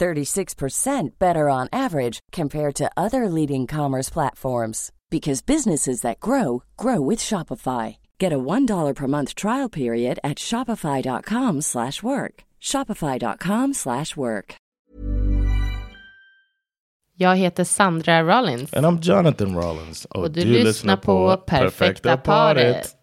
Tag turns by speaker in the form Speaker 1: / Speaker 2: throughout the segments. Speaker 1: 36% better on average compared to other leading commerce platforms because businesses that grow grow with Shopify. Get a $1 per month trial period at shopify.com/work. slash work. shopify.com/work. slash work.
Speaker 2: Jag heter Sandra Rollins
Speaker 3: And I'm Jonathan Rollins. Oh,
Speaker 2: och du, lyssnar, på Perfekta paret.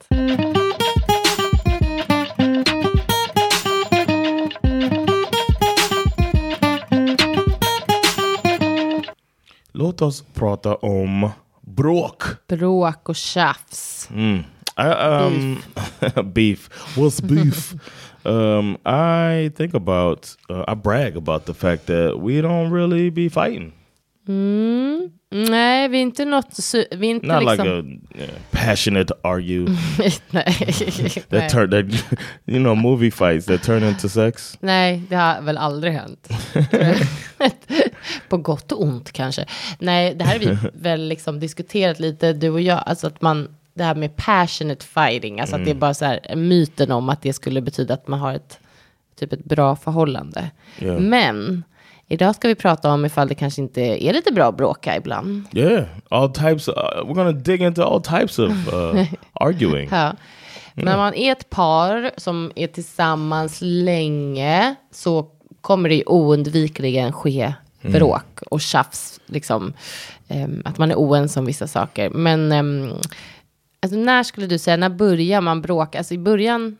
Speaker 3: Låt oss prata om bråk.
Speaker 2: Bråk och tjafs.
Speaker 3: Mm. I, um, beef. What's beef? um, I think about, uh, I brag about the fact that we don't really be fighting.
Speaker 2: Mm. Nej, vi är inte något... su- Vi är inte
Speaker 3: Not
Speaker 2: liksom...
Speaker 3: like a uh, passionate argue
Speaker 2: Nej.
Speaker 3: that turn that you know movie fights that turn into sex.
Speaker 2: Nej, det har väl aldrig hänt. På gott och ont kanske. Nej, det här har vi väl liksom diskuterat lite, du och jag. Alltså att man, det här med passionate fighting, alltså att det är bara så här myten om att det skulle betyda att man har ett, typ ett bra förhållande.
Speaker 3: Ja.
Speaker 2: Men idag ska vi prata om ifall det kanske inte är lite bra att bråka ibland.
Speaker 3: Yeah, all types. Of, uh, we're gonna dig into all types of uh, arguing.
Speaker 2: Ja. När man är ett par som är tillsammans länge så kommer det ju oundvikligen ske bråk och tjafs. Liksom, ehm, att man är oense om vissa saker. Men ehm, alltså, när skulle du säga, när börjar man bråka? Alltså i början,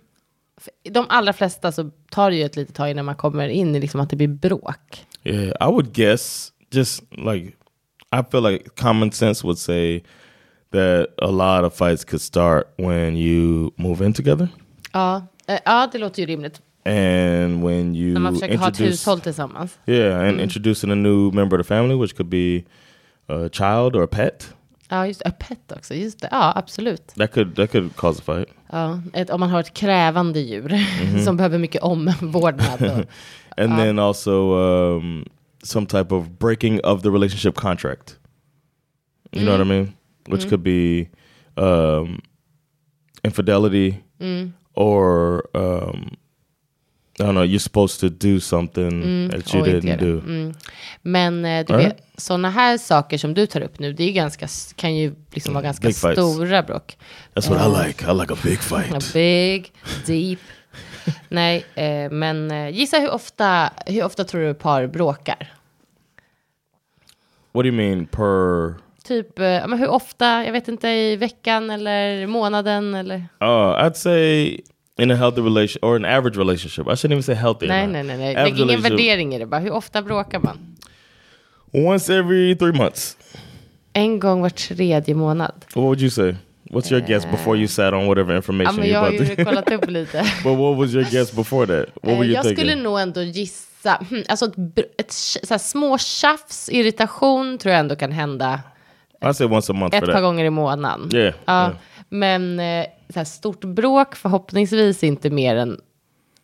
Speaker 2: för de allra flesta så tar det ju ett litet tag innan man kommer in i liksom att det blir bråk.
Speaker 3: Yeah, I would guess just like I feel like common sense would say that a lot of fights could start when you move in together
Speaker 2: Ja, eh, ja det låter ju rimligt.
Speaker 3: and when you
Speaker 2: När man försöker ha ett
Speaker 3: Mm, introduce
Speaker 2: hushåll tillsammans.
Speaker 3: yeah and introducing a new member of the family, which could be a child or a pet.
Speaker 2: Ja, just öppet också. Just det, ja absolut.
Speaker 3: That could that could cause a fight.
Speaker 2: Ja, ett, om man har ett krävande djur
Speaker 3: Mhm.
Speaker 2: som behöver mycket omvårdnad. och-
Speaker 3: and then also um, some type of breaking of the relationship contract. You know what I mean? Which could be um, infidelity or um, I don't know. You're supposed to do something that you
Speaker 2: och inte
Speaker 3: didn't
Speaker 2: göra.
Speaker 3: do.
Speaker 2: Mm. Men eh, du
Speaker 3: Ja.
Speaker 2: vet, sådana här saker som du tar upp nu, det är ju ganska, s- kan ju liksom vara ganska
Speaker 3: Mm, big fights.
Speaker 2: stora bråk.
Speaker 3: That's what I like. I like a big fight.
Speaker 2: Ja, Big, deep. Nej, eh, men eh, gissa hur ofta, hur ofta tror du par bråkar?
Speaker 3: What do you mean per?
Speaker 2: Typ, eh, ja, men hur ofta, jag vet inte, i veckan eller månaden eller?
Speaker 3: Uh, I'd say in a healthy relation or an average relationship. I shouldn't even say healthy. or
Speaker 2: Nej,
Speaker 3: not.
Speaker 2: nej, nej, nej.
Speaker 3: Average
Speaker 2: Lägg ingen
Speaker 3: relationship,
Speaker 2: värdering i det bara. Hur ofta bråkar man?
Speaker 3: Once every three months.
Speaker 2: En gång var tredje månad.
Speaker 3: What would you say? What's your guess before you sat on whatever
Speaker 2: Ja,
Speaker 3: information
Speaker 2: men
Speaker 3: you
Speaker 2: jag har
Speaker 3: about
Speaker 2: ju
Speaker 3: to?
Speaker 2: kollat upp lite.
Speaker 3: but what was your guess before that? What were
Speaker 2: Eh,
Speaker 3: you
Speaker 2: jag
Speaker 3: thinking?
Speaker 2: skulle nog ändå gissa, hmm, alltså ett, br- ett tj- så här, små tjafs, irritation tror jag ändå kan hända
Speaker 3: I say once a month
Speaker 2: ett
Speaker 3: for
Speaker 2: par
Speaker 3: that.
Speaker 2: gånger i månaden.
Speaker 3: Yeah,
Speaker 2: ja,
Speaker 3: yeah.
Speaker 2: Men eh, så här, stort bråk förhoppningsvis inte mer än,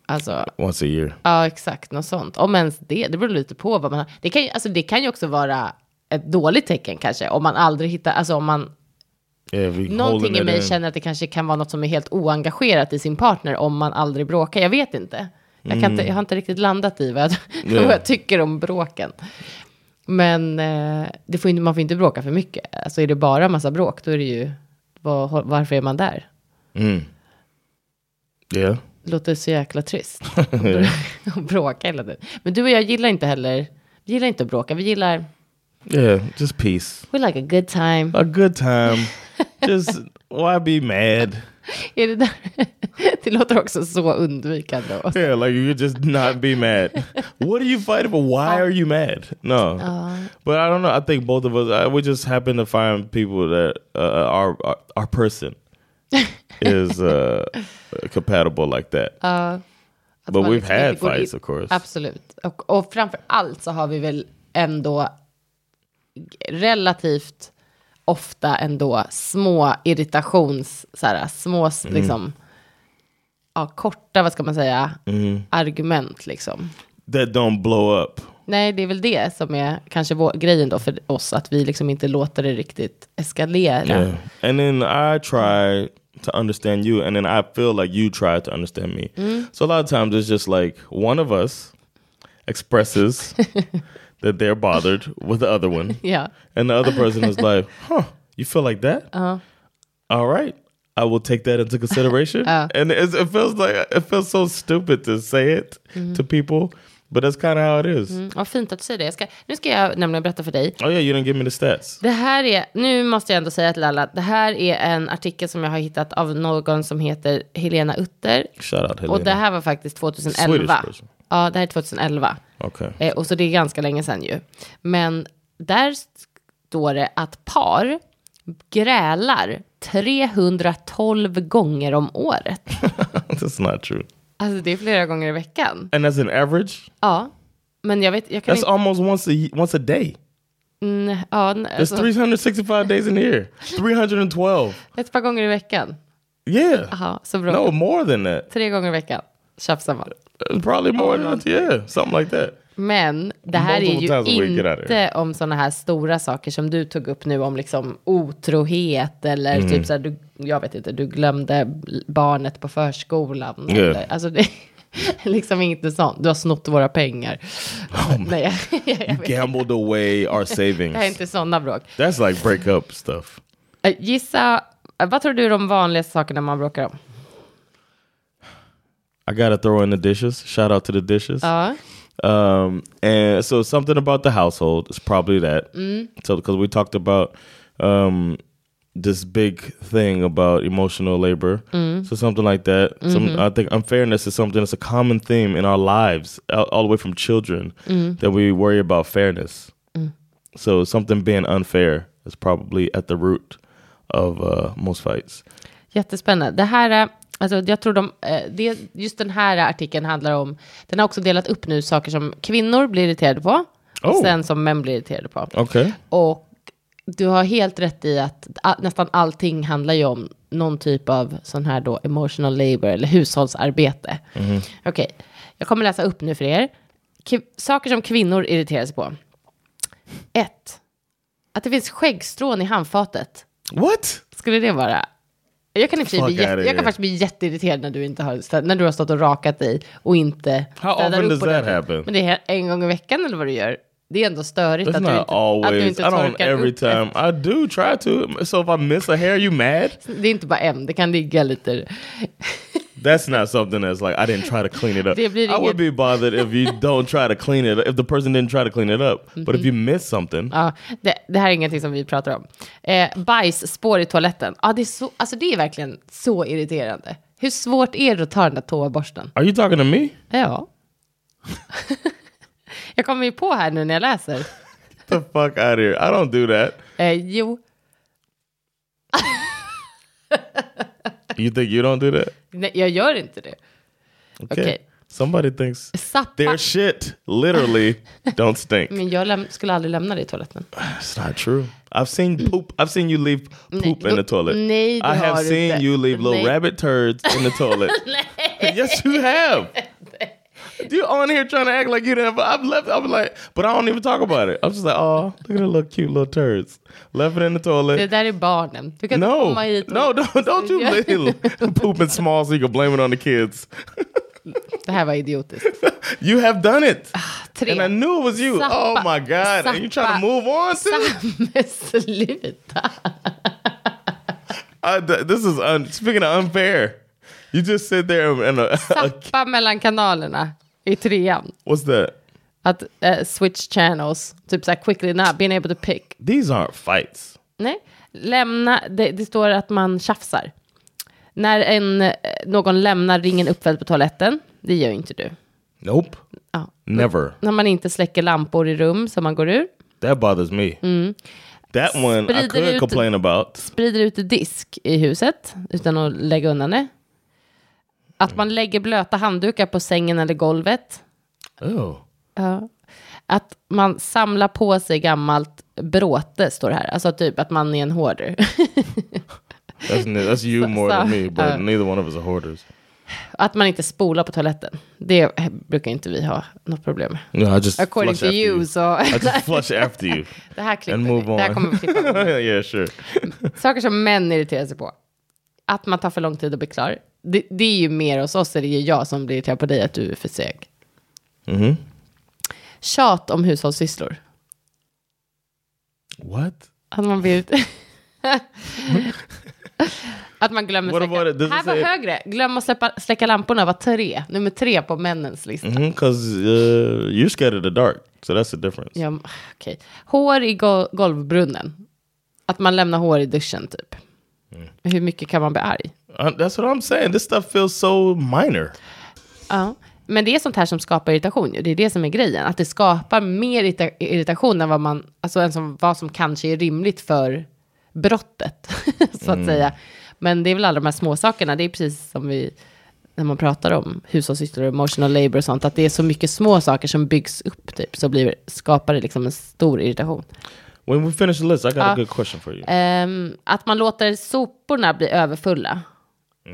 Speaker 2: alltså,
Speaker 3: Once a year.
Speaker 2: ja exakt något sånt. Om ens det, det beror lite på vad man har. Det kan, ju- alltså, det kan ju också vara ett dåligt tecken kanske, om man aldrig hittar, alltså om man
Speaker 3: Yeah, we holding
Speaker 2: Någonting i
Speaker 3: it
Speaker 2: mig
Speaker 3: in.
Speaker 2: känner att det kanske kan vara något som är helt oengagerat i sin partner om man aldrig bråkar. Jag vet inte. Jag, kan inte, jag har inte riktigt landat i vad jag,
Speaker 3: Nej.
Speaker 2: vad jag tycker om bråken. Men eh, det får inte, man får inte bråka för mycket. Alltså är det bara massa bråk, då är det ju, vad, varför är man där?
Speaker 3: Mm. Yeah.
Speaker 2: Det låter så jäkla trist. Att bråka hela tiden. Men du och jag gillar inte heller, vi gillar inte att bråka, vi gillar,
Speaker 3: Yeah, just peace.
Speaker 2: we like a good time.
Speaker 3: A good time. just why be mad?
Speaker 2: Är det, där? det låter också så undvikande. Och
Speaker 3: Yeah, like you could just not be mad. what are you fighting for? Why are you mad? No, but I don't know. I think both of us I, we just happen to find people that uh, our, our our person is uh, compatible like that. but
Speaker 2: man
Speaker 3: we've
Speaker 2: liksom
Speaker 3: had
Speaker 2: inte går
Speaker 3: fights,
Speaker 2: in-
Speaker 3: of course.
Speaker 2: Absolut. Och, och framför allt så har vi väl ändå relativt ofta ändå små irritations, så här, små s-
Speaker 3: Mm.
Speaker 2: liksom, ja, korta, vad ska man säga,
Speaker 3: Mm.
Speaker 2: argument liksom.
Speaker 3: That don't blow up.
Speaker 2: Nej, det är väl det som är kanske vår, grejen då för oss, att vi liksom inte låter det riktigt eskalera.
Speaker 3: Yeah. And then I try to understand you, and then I feel like you try to understand me. So a lot of times it's just like one of us expresses that they're bothered with the other one,
Speaker 2: Ja.
Speaker 3: and the other person is like, huh, you feel like that? All right. I will take that into consideration, and it's, it feels like it feels so stupid to say it to people, but that's kind of how it is.
Speaker 2: Mm, Vad fint att du säger det. Jag ska, nu ska jag nämligen berätta för dig.
Speaker 3: Oh yeah, you didn't give me the stats.
Speaker 2: Det här är, nu måste jag ändå säga till alla, att det här är en artikel som jag har hittat av någon som heter Helena Utter.
Speaker 3: Shout out, Helena.
Speaker 2: Och det här var faktiskt 2011.
Speaker 3: Swedish person.
Speaker 2: Ja, det här är 2011.
Speaker 3: okay.
Speaker 2: Eh, och så det är ganska länge sedan ju. Men där står det att par grälar 312 gånger om året.
Speaker 3: that's not true.
Speaker 2: Alltså det är flera gånger i veckan.
Speaker 3: And as an average,
Speaker 2: Ja, men jag vet, jag kan
Speaker 3: That's
Speaker 2: inte...
Speaker 3: almost once a y- once a day.
Speaker 2: Mm, ja, n-
Speaker 3: There's
Speaker 2: alltså,
Speaker 3: 365 days in the year. 312.
Speaker 2: ett par gånger i veckan.
Speaker 3: Yeah.
Speaker 2: Aha, så bra.
Speaker 3: No, more than that.
Speaker 2: Tre gånger i veckan tjafsar man.
Speaker 3: Uh, Probably more than that. Yeah, something like that.
Speaker 2: Men det här är
Speaker 3: Multiple times a
Speaker 2: ju
Speaker 3: week, get out of
Speaker 2: inte om sådana här stora saker som du tog upp nu om liksom otrohet eller typ så här, du, jag vet inte, du glömde barnet på förskolan.
Speaker 3: Yeah.
Speaker 2: Eller, alltså det är liksom inte sånt. Du har snott våra pengar. Nej, jag, jag, vet inte.
Speaker 3: Gambled away our
Speaker 2: det här är
Speaker 3: savings.
Speaker 2: inte sådana bråk.
Speaker 3: That's like breakup stuff.
Speaker 2: Eh, Gissa, eh, vad tror du är de vanligaste sakerna man bråkar om?
Speaker 3: I gotta throw in the dishes. Shout out to the dishes.
Speaker 2: Ja,
Speaker 3: Um, and so something about the household is probably that. So because we talked about um, this big thing about emotional labor, so something like that. Some, I think unfairness is something that's a common theme in our lives, all, all the way from children, that we worry about fairness. So something being unfair is probably at the root of uh, most fights.
Speaker 2: jättespännande. Det här, är- alltså jag tror de, eh, det, just den här artikeln handlar om, den har också delat upp nu saker som kvinnor blir irriterade på. Och
Speaker 3: Oh.
Speaker 2: sen som män blir irriterade på.
Speaker 3: Okay.
Speaker 2: Och du har helt rätt i att a- nästan allting handlar ju om någon typ av sån här då emotional labor eller hushållsarbete. Okej, jag kommer läsa upp nu för er. K- saker som kvinnor irriterar sig på. Ett, Att det finns skäggstrån i handfatet.
Speaker 3: What?
Speaker 2: Skulle det vara? Jag kan, i och för sig bli
Speaker 3: Fuck
Speaker 2: jätte,
Speaker 3: outta
Speaker 2: jag kan
Speaker 3: here.
Speaker 2: faktiskt bli jätteirriterad när du, inte har, stä- när du har stått och rakat dig och inte
Speaker 3: How
Speaker 2: städar
Speaker 3: often
Speaker 2: upp
Speaker 3: does that
Speaker 2: ordentligt.
Speaker 3: happen?
Speaker 2: Men det är en gång i veckan eller vad du gör. Det är ändå störigt
Speaker 3: That's
Speaker 2: att du,
Speaker 3: not
Speaker 2: inte, att du
Speaker 3: always.
Speaker 2: inte
Speaker 3: I don't
Speaker 2: torkar
Speaker 3: every
Speaker 2: upp det.
Speaker 3: time. I do try to. So if I miss a hair, you mad?
Speaker 2: Det är inte bara en, det kan ligga lite.
Speaker 3: That's not something that's like I didn't try to clean it up.
Speaker 2: Det blir
Speaker 3: I would
Speaker 2: inget-
Speaker 3: be bothered if you don't try to clean it. If the person didn't try to clean it up, but if you miss something,
Speaker 2: Ja, det, det här är ingenting som vi pratar om. Eh, bajsspår i toaletten. Ja, det, är så, alltså det är verkligen så irriterande. Hur svårt är det att ta den där toaborsten?
Speaker 3: are you talking to me?
Speaker 2: Ja. jag kommer ju på här nu när jag läser.
Speaker 3: Get the fuck out of here! I don't do that.
Speaker 2: Eh, jo,
Speaker 3: You think you don't do that?
Speaker 2: nej, jag gör inte det.
Speaker 3: Okay.
Speaker 2: Okay.
Speaker 3: Somebody thinks
Speaker 2: Zappa.
Speaker 3: their shit literally don't stink.
Speaker 2: Men jag läm- skulle aldrig lämna det i toaletten.
Speaker 3: It's not true. I've seen poop. I've seen you leave poop in
Speaker 2: lo-
Speaker 3: the toilet.
Speaker 2: nej, det
Speaker 3: I have
Speaker 2: har du
Speaker 3: seen
Speaker 2: inte.
Speaker 3: you leave little
Speaker 2: Nej.
Speaker 3: rabbit turds in the toilet. yes, you have. You're on here trying to act like you didn't. I've left. I'm like, but I don't even talk about it. I'm just like, oh, look at the little cute little turds. Left it in the
Speaker 2: Det
Speaker 3: toilet.
Speaker 2: där är barnen. Du kan inte
Speaker 3: No,
Speaker 2: komma hit. och-
Speaker 3: no, don't, don't you little pooping small so you can blame it on the kids.
Speaker 2: Det här var idiotiskt.
Speaker 3: You have done it,
Speaker 2: Tre.
Speaker 3: and I knew it was you.
Speaker 2: Zappa.
Speaker 3: Oh my god, are you trying
Speaker 2: Zappa.
Speaker 3: to move on? Too?
Speaker 2: Men sluta.
Speaker 3: I, th- this is un- speaking of unfair. You just sit there and uh,
Speaker 2: Tappa mellan kanalerna i trean.
Speaker 3: what's that?
Speaker 2: Att eh, switch channels. Typ så här quickly not being able to pick.
Speaker 3: These aren't fights.
Speaker 2: Nej. Lämna, det, det står att man tjafsar. När en, eh, någon lämnar ringen uppfälld på toaletten. Det gör ju inte du.
Speaker 3: Nope.
Speaker 2: Ja.
Speaker 3: Never.
Speaker 2: När man inte släcker lampor i rum som man går ur.
Speaker 3: That bothers me.
Speaker 2: Mm-hmm.
Speaker 3: That one I
Speaker 2: Sprider
Speaker 3: could
Speaker 2: ut-
Speaker 3: complain about.
Speaker 2: sprider ut disk i huset utan att lägga undan det. Att man lägger blöta handdukar på sängen eller golvet.
Speaker 3: Oh.
Speaker 2: Ja. Att man samlar på sig gammalt bråte, står det här. Alltså typ att man är en hoarder.
Speaker 3: That's, ni- that's you
Speaker 2: So-
Speaker 3: more than
Speaker 2: so,
Speaker 3: me, but
Speaker 2: uh,
Speaker 3: neither one of us are hoarders.
Speaker 2: Att man inte spolar på toaletten. Det brukar inte vi ha något problem med.
Speaker 3: No, I just
Speaker 2: According
Speaker 3: flush
Speaker 2: to
Speaker 3: after
Speaker 2: you, så...
Speaker 3: I just flush after you
Speaker 2: det här klipper
Speaker 3: and move
Speaker 2: vi.
Speaker 3: on.
Speaker 2: Det här kommer vi klippa.
Speaker 3: yeah, sure.
Speaker 2: Saker som män irriterar sig på. Att man tar för lång tid att bli klar. Det, det är ju mer hos oss, är det ju jag som blir irriterad på dig att du är för seg.
Speaker 3: Mhm.
Speaker 2: Tjat om hushållssysslor.
Speaker 3: What?
Speaker 2: Att man blir... att man glömmer
Speaker 3: What about it? Does
Speaker 2: släcka...
Speaker 3: it
Speaker 2: Här var
Speaker 3: say-
Speaker 2: högre. Glöm att släppa, släcka lamporna var tre. Nummer tre på männens lista.
Speaker 3: Because Mm-hmm, uh, you're scared of the dark, so that's the difference.
Speaker 2: Ja, m- okej. Hår i go- golvbrunnen. Att man lämnar hår i duschen typ. Hur mycket kan man bli arg?
Speaker 3: Uh, that's what I'm saying. This stuff feels so minor.
Speaker 2: Ja. Men det är sånt här som skapar irritation ju. Det är det som är grejen. Att det skapar mer irrita- irritation än vad man, alltså än som, vad som kanske är rimligt för brottet. så att säga. Men det är väl alla de här små sakerna. Det är precis som vi, när man pratar om hushållssysslor och emotional labor och sånt. Att det är så mycket små saker som byggs upp typ. Så blir, skapar det liksom en stor irritation.
Speaker 3: When we finish the list, I got
Speaker 2: Uh,
Speaker 3: a good question for you.
Speaker 2: Ehm, att man låter soporna bli överfulla.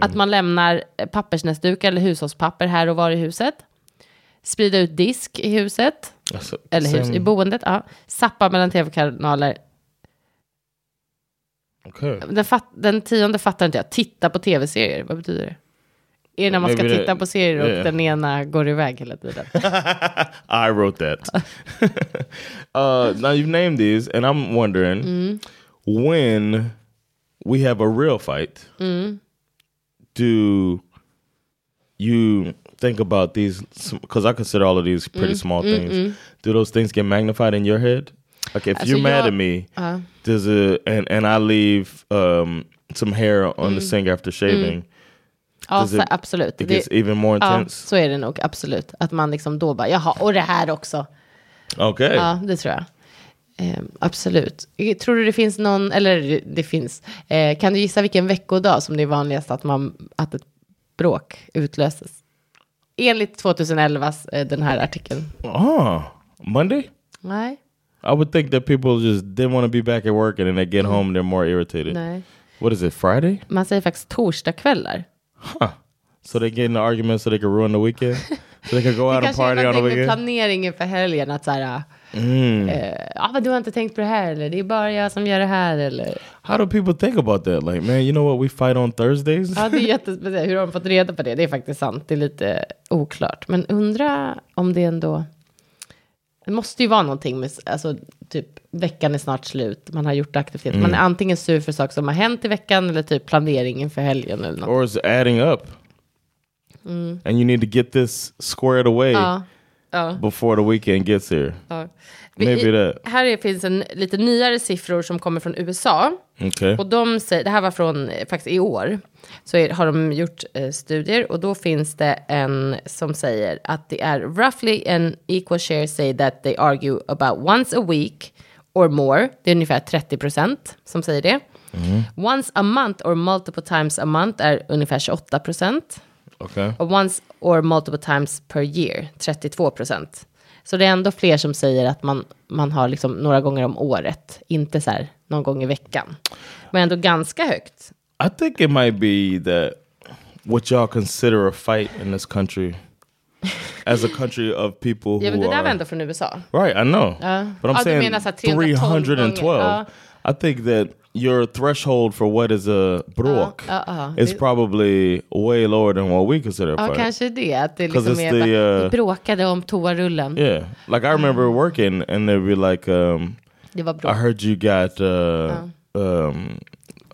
Speaker 2: Att man lämnar eh, pappersnäsdukar eller hushållspapper här och var i huset. Sprida ut disk i huset.
Speaker 3: That's a-
Speaker 2: Eller hus,
Speaker 3: same-
Speaker 2: i boendet. Ja. Sappa mellan tv-kanaler.
Speaker 3: okay.
Speaker 2: Den, fat, den tionde fattar inte jag. Titta på tv-serier. Vad betyder det? Är det när man ska
Speaker 3: Maybe det-
Speaker 2: titta på serier och
Speaker 3: yeah.
Speaker 2: den ena går iväg hela tiden?
Speaker 3: I wrote that. uh, now you've named these, and I'm wondering when we have a real fight, do you think about these? Because I consider all of these pretty small things. Do those things get magnified in your head? Like if
Speaker 2: Alltså,
Speaker 3: you're mad
Speaker 2: jag-
Speaker 3: at me, does it? And and I leave um, some hair on the sink after shaving.
Speaker 2: Ja,
Speaker 3: Does it-
Speaker 2: så, absolut.
Speaker 3: It
Speaker 2: Det-
Speaker 3: gets even more
Speaker 2: ja,
Speaker 3: intense.
Speaker 2: så är det nog, absolut. Att man liksom då bara, jaha, och det här också.
Speaker 3: Okay.
Speaker 2: Ja, det tror jag. Ehm, absolut. Eh, Tror du det finns någon, eller det- det finns, eh, kan du gissa vilken veckodag som det är vanligast att, man, att ett bråk utlöses? Enligt 2011s eh, den här artikeln.
Speaker 3: oh, Monday.
Speaker 2: Nej.
Speaker 3: I would think that people just didn't want to be back at work, and then they get home, they're more irritated.
Speaker 2: Nej.
Speaker 3: What is it, Friday?
Speaker 2: Man säger faktiskt torsdagskvällar.
Speaker 3: So they get in an argument so they can ruin the weekend, so they can go
Speaker 2: Det
Speaker 3: out Mm. and
Speaker 2: kanske är
Speaker 3: party on the
Speaker 2: någonting med
Speaker 3: weekend.
Speaker 2: planeringen för helgen. Att så här, eh, ah, men du har inte tänkt på det här eller det är bara jag som gör det här eller.
Speaker 3: How do people think about that? Like, man, you know what? We fight on Thursdays.
Speaker 2: Ja, det är jättespeciellt. Hur har de fått reda på det? Det är faktiskt sant. Det är lite oklart. Men undra om det ändå... Det måste ju vara någonting med, alltså typ veckan är snart slut, man har gjort aktivitet. Man är antingen sur för saker som har hänt i veckan eller typ planeringen för helgen eller något.
Speaker 3: or it's adding up, and you need to get this squared away
Speaker 2: Ja, ja,
Speaker 3: before the weekend gets here.
Speaker 2: ja. Vi-
Speaker 3: Maybe that.
Speaker 2: Här är- finns en lite nyare siffror som kommer från USA.
Speaker 3: Okay.
Speaker 2: Och de säger, det här var från eh, faktiskt i år, så är, har de gjort eh, studier och då finns det en som säger att det är roughly an equal share say that they argue about once a week or more. Det är ungefär 30 procent som säger det. Once a month or multiple times a month är ungefär 28 procent.
Speaker 3: Okay.
Speaker 2: Och once or multiple times per year, 32 procent. Så det är ändå fler som säger att man, man har liksom några gånger om året, inte så här någon gång i veckan. Men ändå ganska högt.
Speaker 3: I think it might be that what y'all consider a fight in this country, as a country of people who
Speaker 2: Ja, men det där
Speaker 3: are
Speaker 2: var ändå från USA.
Speaker 3: right. I know, but I'm
Speaker 2: Ja, du
Speaker 3: saying
Speaker 2: menar så här 312
Speaker 3: three hundred and
Speaker 2: gånger.
Speaker 3: twelve. I think that your threshold for what is a bråk
Speaker 2: Ja, ja, ja.
Speaker 3: is
Speaker 2: Det-
Speaker 3: probably way lower than what we consider a
Speaker 2: Ja,
Speaker 3: fight.
Speaker 2: kanske det. Att det
Speaker 3: 'Cause
Speaker 2: liksom
Speaker 3: it's
Speaker 2: är
Speaker 3: the,
Speaker 2: bara,
Speaker 3: uh,
Speaker 2: vi bråkade om toarullen.
Speaker 3: Yeah, like I remember working, and they'd be like, um,
Speaker 2: Det var
Speaker 3: "I
Speaker 2: bråk.
Speaker 3: heard you got." Uh, um,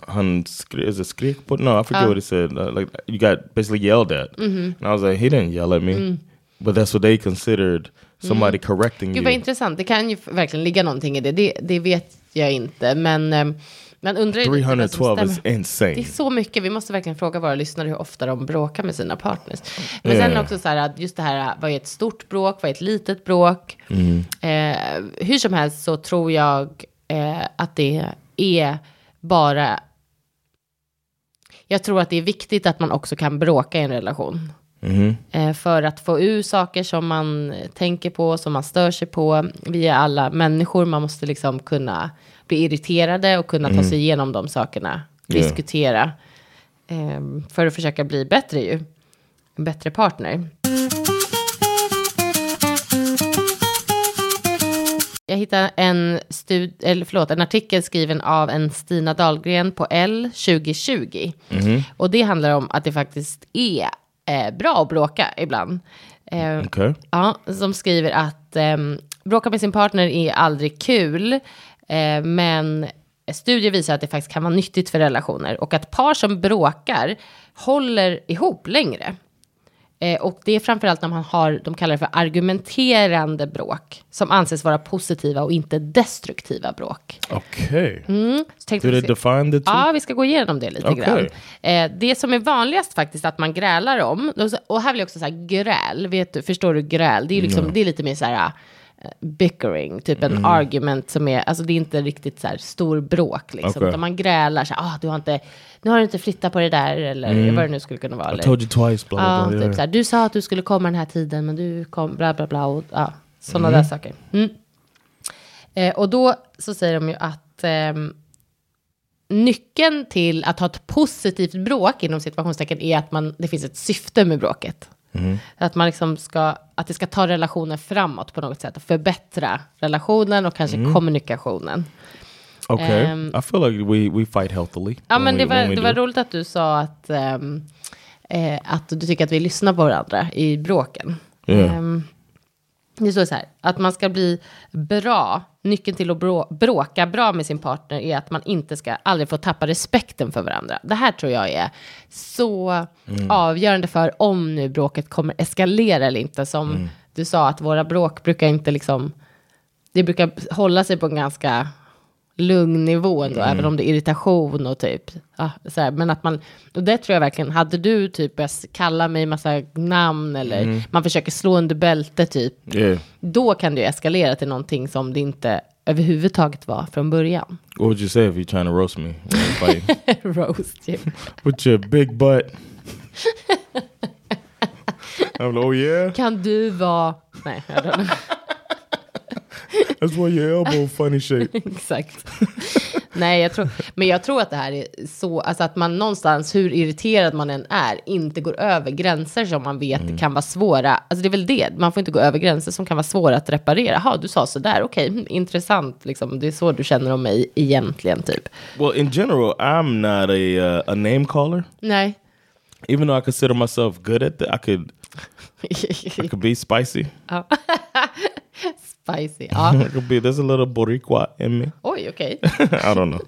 Speaker 3: Han skri- is it skrik put no I forget what he said uh, like you got basically yelled at and I was like he didn't yell at me but that's what they considered somebody correcting
Speaker 2: Gud
Speaker 3: Mm. you
Speaker 2: vad intressant. Det kan ju f- verkligen ligga någonting i det. Det, det vet jag inte. Men eh, man undrar ju lite vad som
Speaker 3: 312 is
Speaker 2: stämmer. Det
Speaker 3: insane
Speaker 2: är så mycket, vi måste verkligen fråga våra lyssnare hur ofta de bråkar med sina partners. Men
Speaker 3: Ja,
Speaker 2: sen
Speaker 3: ja.
Speaker 2: också så här, att just det här, vad är ett stort bråk, vad är ett litet bråk?
Speaker 3: Mm.
Speaker 2: Eh, hur som helst så tror jag eh, att det är bara... Jag tror att det är viktigt att man också kan bråka i en relation. eh, för att få ur saker som man tänker på, som man stör sig på. Vi är alla människor, man måste liksom kunna bli irriterade och kunna ta sig igenom de sakerna.
Speaker 3: Ja.
Speaker 2: Diskutera. Eh, för att försöka bli bättre ju. En bättre partner. Jag hittade en, stud- eller förlåt, en artikel skriven av en Stina Dahlgren på L 2020. Och det handlar om att det faktiskt är eh, bra att bråka ibland. Eh,
Speaker 3: Okay.
Speaker 2: ja, som skriver att ehm, bråka med sin partner är aldrig kul, eh, men studier visar att det faktiskt kan vara nyttigt för relationer och att par som bråkar håller ihop längre. Eh, och det är framförallt när man har, de kallar det för argumenterande bråk, som anses vara positiva och inte destruktiva bråk.
Speaker 3: Okay.
Speaker 2: Mm, så tänkte
Speaker 3: Do
Speaker 2: vi
Speaker 3: they
Speaker 2: se-
Speaker 3: define the two?
Speaker 2: Ja, vi ska gå igenom det lite
Speaker 3: Okej.
Speaker 2: grann. Eh, det som är vanligast faktiskt att man grälar om, och här vill jag också säga gräl, vet du, förstår du gräl? Det är, ju
Speaker 3: Mm.
Speaker 2: liksom, det är lite mer så här eh, bickering, typ en argument som är, alltså det är inte riktigt så här stor bråk liksom,
Speaker 3: Okej.
Speaker 2: utan man grälar så här, ah, du har inte, nu har du inte flyttat på det där eller
Speaker 3: Mm.
Speaker 2: vad det nu skulle kunna vara.
Speaker 3: I
Speaker 2: eller-
Speaker 3: told you twice, blah,
Speaker 2: Ja,
Speaker 3: blah, blah.
Speaker 2: typ
Speaker 3: yeah.
Speaker 2: så här, du sa att du skulle komma den här tiden, men du kom bla bla bla. Och, ja, sådana där saker. Mm. Eh, och då så säger de ju att ehm, nyckeln till att ha ett positivt bråk inom situationstecken är att man, det finns ett syfte med bråket. Att, man liksom ska, att det ska ta relationen framåt på något sätt och förbättra relationen och kanske kommunikationen.
Speaker 3: Okay.
Speaker 2: Um,
Speaker 3: I feel like we, we fight healthily.
Speaker 2: Ja,
Speaker 3: when
Speaker 2: men
Speaker 3: we-
Speaker 2: det var,
Speaker 3: when we
Speaker 2: det var
Speaker 3: do.
Speaker 2: roligt att du sa att, ehm, eh, att du tycker att vi lyssnar på varandra i bråken.
Speaker 3: Yeah.
Speaker 2: Ehm, det står så här, att man ska bli bra, nyckeln till att brå, bråka bra med sin partner är att man inte ska, aldrig få tappa respekten för varandra. Det här tror jag är så avgörande för om nu bråket kommer eskalera eller inte. Som du sa, att våra bråk brukar inte liksom, det brukar hålla sig på en ganska lugn nivå ändå, även om det är irritation och typ. Ja, så här, men att man, och det tror jag verkligen, hade du typ börjat kalla mig massa namn eller man försöker slå under bälte typ,
Speaker 3: yeah.
Speaker 2: då kan det ju eskalera till någonting som det inte överhuvudtaget var från början.
Speaker 3: What would you say if you're trying to roast me when we're fighting?
Speaker 2: Roast you.
Speaker 3: With your big butt. I'm like, oh yeah,
Speaker 2: Kan du vara... Nej, jag don't know.
Speaker 3: that's why your elbow funny shape.
Speaker 2: Exakt. Nej, jag tror, men jag tror att det här är så, alltså att man någonstans, hur irriterad man än är, inte går över gränser som man vet kan vara svåra. Alltså det är väl det, man får inte gå över gränser som kan vara svåra att reparera. Ja, du sa sådär, okej, mm, intressant, liksom. det är så du känner om mig egentligen, typ.
Speaker 3: Well, in general, I'm not a uh, a name caller.
Speaker 2: Nej.
Speaker 3: Even though I consider myself good at that, I could I could be spicy.
Speaker 2: Spicy. Ja.
Speaker 3: I could be. There's a little boricua in me.
Speaker 2: Oj, okej.
Speaker 3: I don't know.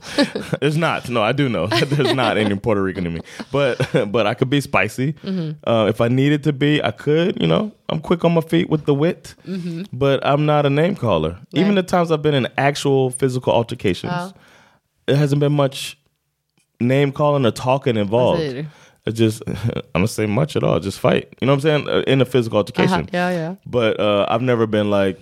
Speaker 3: There's not. No, I do know. There's not any Puerto Rican in me. But but I could be spicy. Uh, if I needed to be, I could. You know, I'm quick on my feet with the wit. But I'm not a name caller. Even the
Speaker 2: Right.
Speaker 3: times I've been in actual physical altercations,
Speaker 2: Ja.
Speaker 3: it hasn't been much name calling or talking involved.
Speaker 2: säger du?
Speaker 3: It just I don't say much at all. Just fight. You know what I'm saying? Uh, In a physical altercation.
Speaker 2: ja, ja.
Speaker 3: But uh, I've never been like,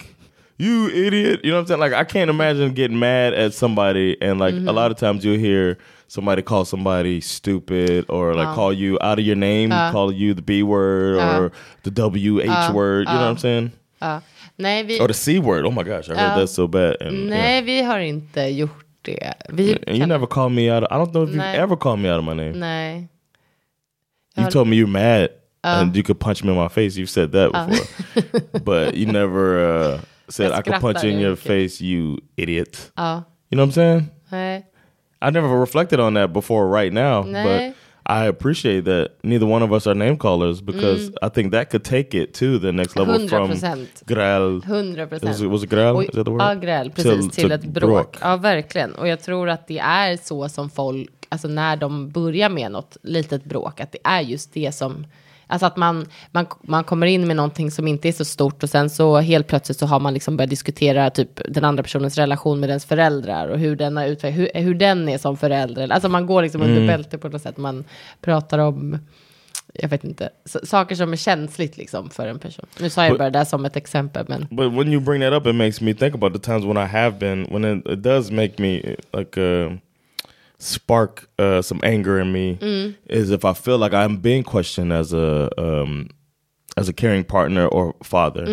Speaker 3: you idiot. You know what I'm saying? Like, I can't imagine getting mad at somebody. And like, a lot of times you'll hear somebody call somebody stupid or like call you out of your name, call you the B word or the W H word. You know what I'm saying?
Speaker 2: Ja. Nej, vi,
Speaker 3: Or the C word. Oh my gosh, I heard that so bad. And, yeah.
Speaker 2: nej, vi har inte gjort det. Vi
Speaker 3: and you never called me out. Of, I don't know if you've
Speaker 2: Nah.
Speaker 3: ever called me out of my name.
Speaker 2: Nej.
Speaker 3: You told me you're mad and you could punch me in my face. You've said that before, but you never uh, said I could punch you in your
Speaker 2: Skrattade.
Speaker 3: face, you idiot.
Speaker 2: Ja.
Speaker 3: You know what I'm saying?
Speaker 2: Nej.
Speaker 3: I never reflected on that before right now,
Speaker 2: Nah.
Speaker 3: but I appreciate that neither one of us are name callers because I think that could take it to the next level from
Speaker 2: 100%.
Speaker 3: gral.
Speaker 2: 100
Speaker 3: Was
Speaker 2: procent.
Speaker 3: it, was it gral?
Speaker 2: Och-
Speaker 3: Is that the word?
Speaker 2: Ja, gräl, precis. Till, ett bråk. Ja, verkligen. Och jag tror att det är så som folk, alltså när de börjar med något litet bråk, att det är just det som, alltså att man, man, man kommer in med någonting som inte är så stort och sen så helt plötsligt så har man liksom börjat diskutera typ den andra personens relation med dens föräldrar och hur den, har utveck- hur, hur den är som förälder. Alltså man går liksom under bälte på något sätt. Man pratar om jag vet inte, s- saker som är känsligt liksom för en person. Nu sa jag bara det här som ett exempel, men
Speaker 3: But when you bring that up, it makes me think about the times when I have been, when it, it does make me like uh, Mm. spark uh, some anger in me, is if I feel like I'm being questioned as a um, as a caring partner or father.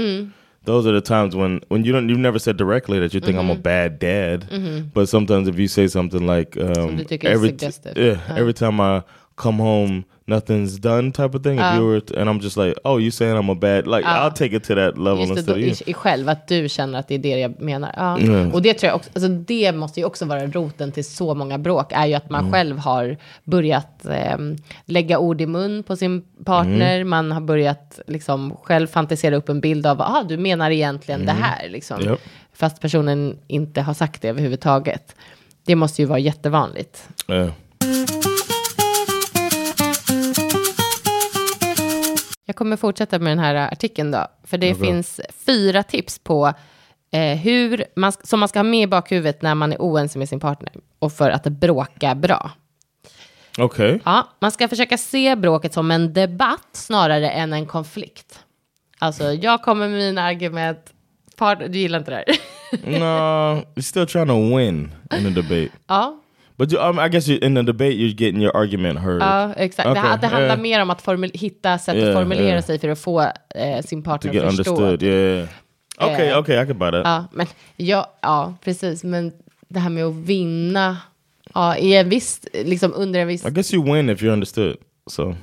Speaker 3: Those are the times when when you don't you've never said directly that you think I'm a bad dad, but sometimes if you say Mm-hmm. something like um,
Speaker 2: du tycker är
Speaker 3: every t-
Speaker 2: suggestive.
Speaker 3: yeah, every time I come home nothing's done type of thing. If you were t- and I'm just like, oh, you saying I'm a bad like I'll take it to that level
Speaker 2: Just det,
Speaker 3: instead
Speaker 2: då,
Speaker 3: of Uh. you.
Speaker 2: i, i själv, att du känner att det är det jag menar. Ja.
Speaker 3: Mm.
Speaker 2: Och det tror jag också, alltså det måste ju också vara roten till så många bråk, är ju att
Speaker 3: Mm.
Speaker 2: man själv har börjat ehm, lägga ord i mun på sin partner,
Speaker 3: Mm.
Speaker 2: man har börjat liksom själv fantisera upp en bild av, ah, du menar egentligen
Speaker 3: Mm.
Speaker 2: det här, liksom.
Speaker 3: Japp.
Speaker 2: Fast personen inte har sagt det överhuvudtaget. Det måste ju vara jättevanligt.
Speaker 3: Yeah.
Speaker 2: Jag kommer fortsätta med den här artikeln då, för det finns fyra tips på eh, hur man, sk- som man ska ha med i bakhuvudet när man är oense med sin partner och för att bråka bra.
Speaker 3: Okej.
Speaker 2: Ja, man ska försöka se bråket som en debatt snarare än en konflikt. Alltså, jag kommer med mina argument, part- du gillar inte det här.
Speaker 3: no, you're still trying to win in the debate.
Speaker 2: ja,
Speaker 3: But you, um, I guess you, in the debate, you're getting your argument heard.
Speaker 2: ja, exakt. Det,
Speaker 3: Okej,
Speaker 2: här- det handlar
Speaker 3: eh.
Speaker 2: mer om att formul- hitta sätt
Speaker 3: Yeah,
Speaker 2: att formulera
Speaker 3: yeah.
Speaker 2: sig för att få eh, sin
Speaker 3: to
Speaker 2: partner
Speaker 3: get
Speaker 2: att förstå.
Speaker 3: understood. Yeah. Uh, Okay,
Speaker 2: Eh,
Speaker 3: okay, I could buy that.
Speaker 2: Ja, men, ja, ja, precis. Men det här med att vinna. Ja, i en viss, liksom under en viss...
Speaker 3: I guess you win if you're understood. So,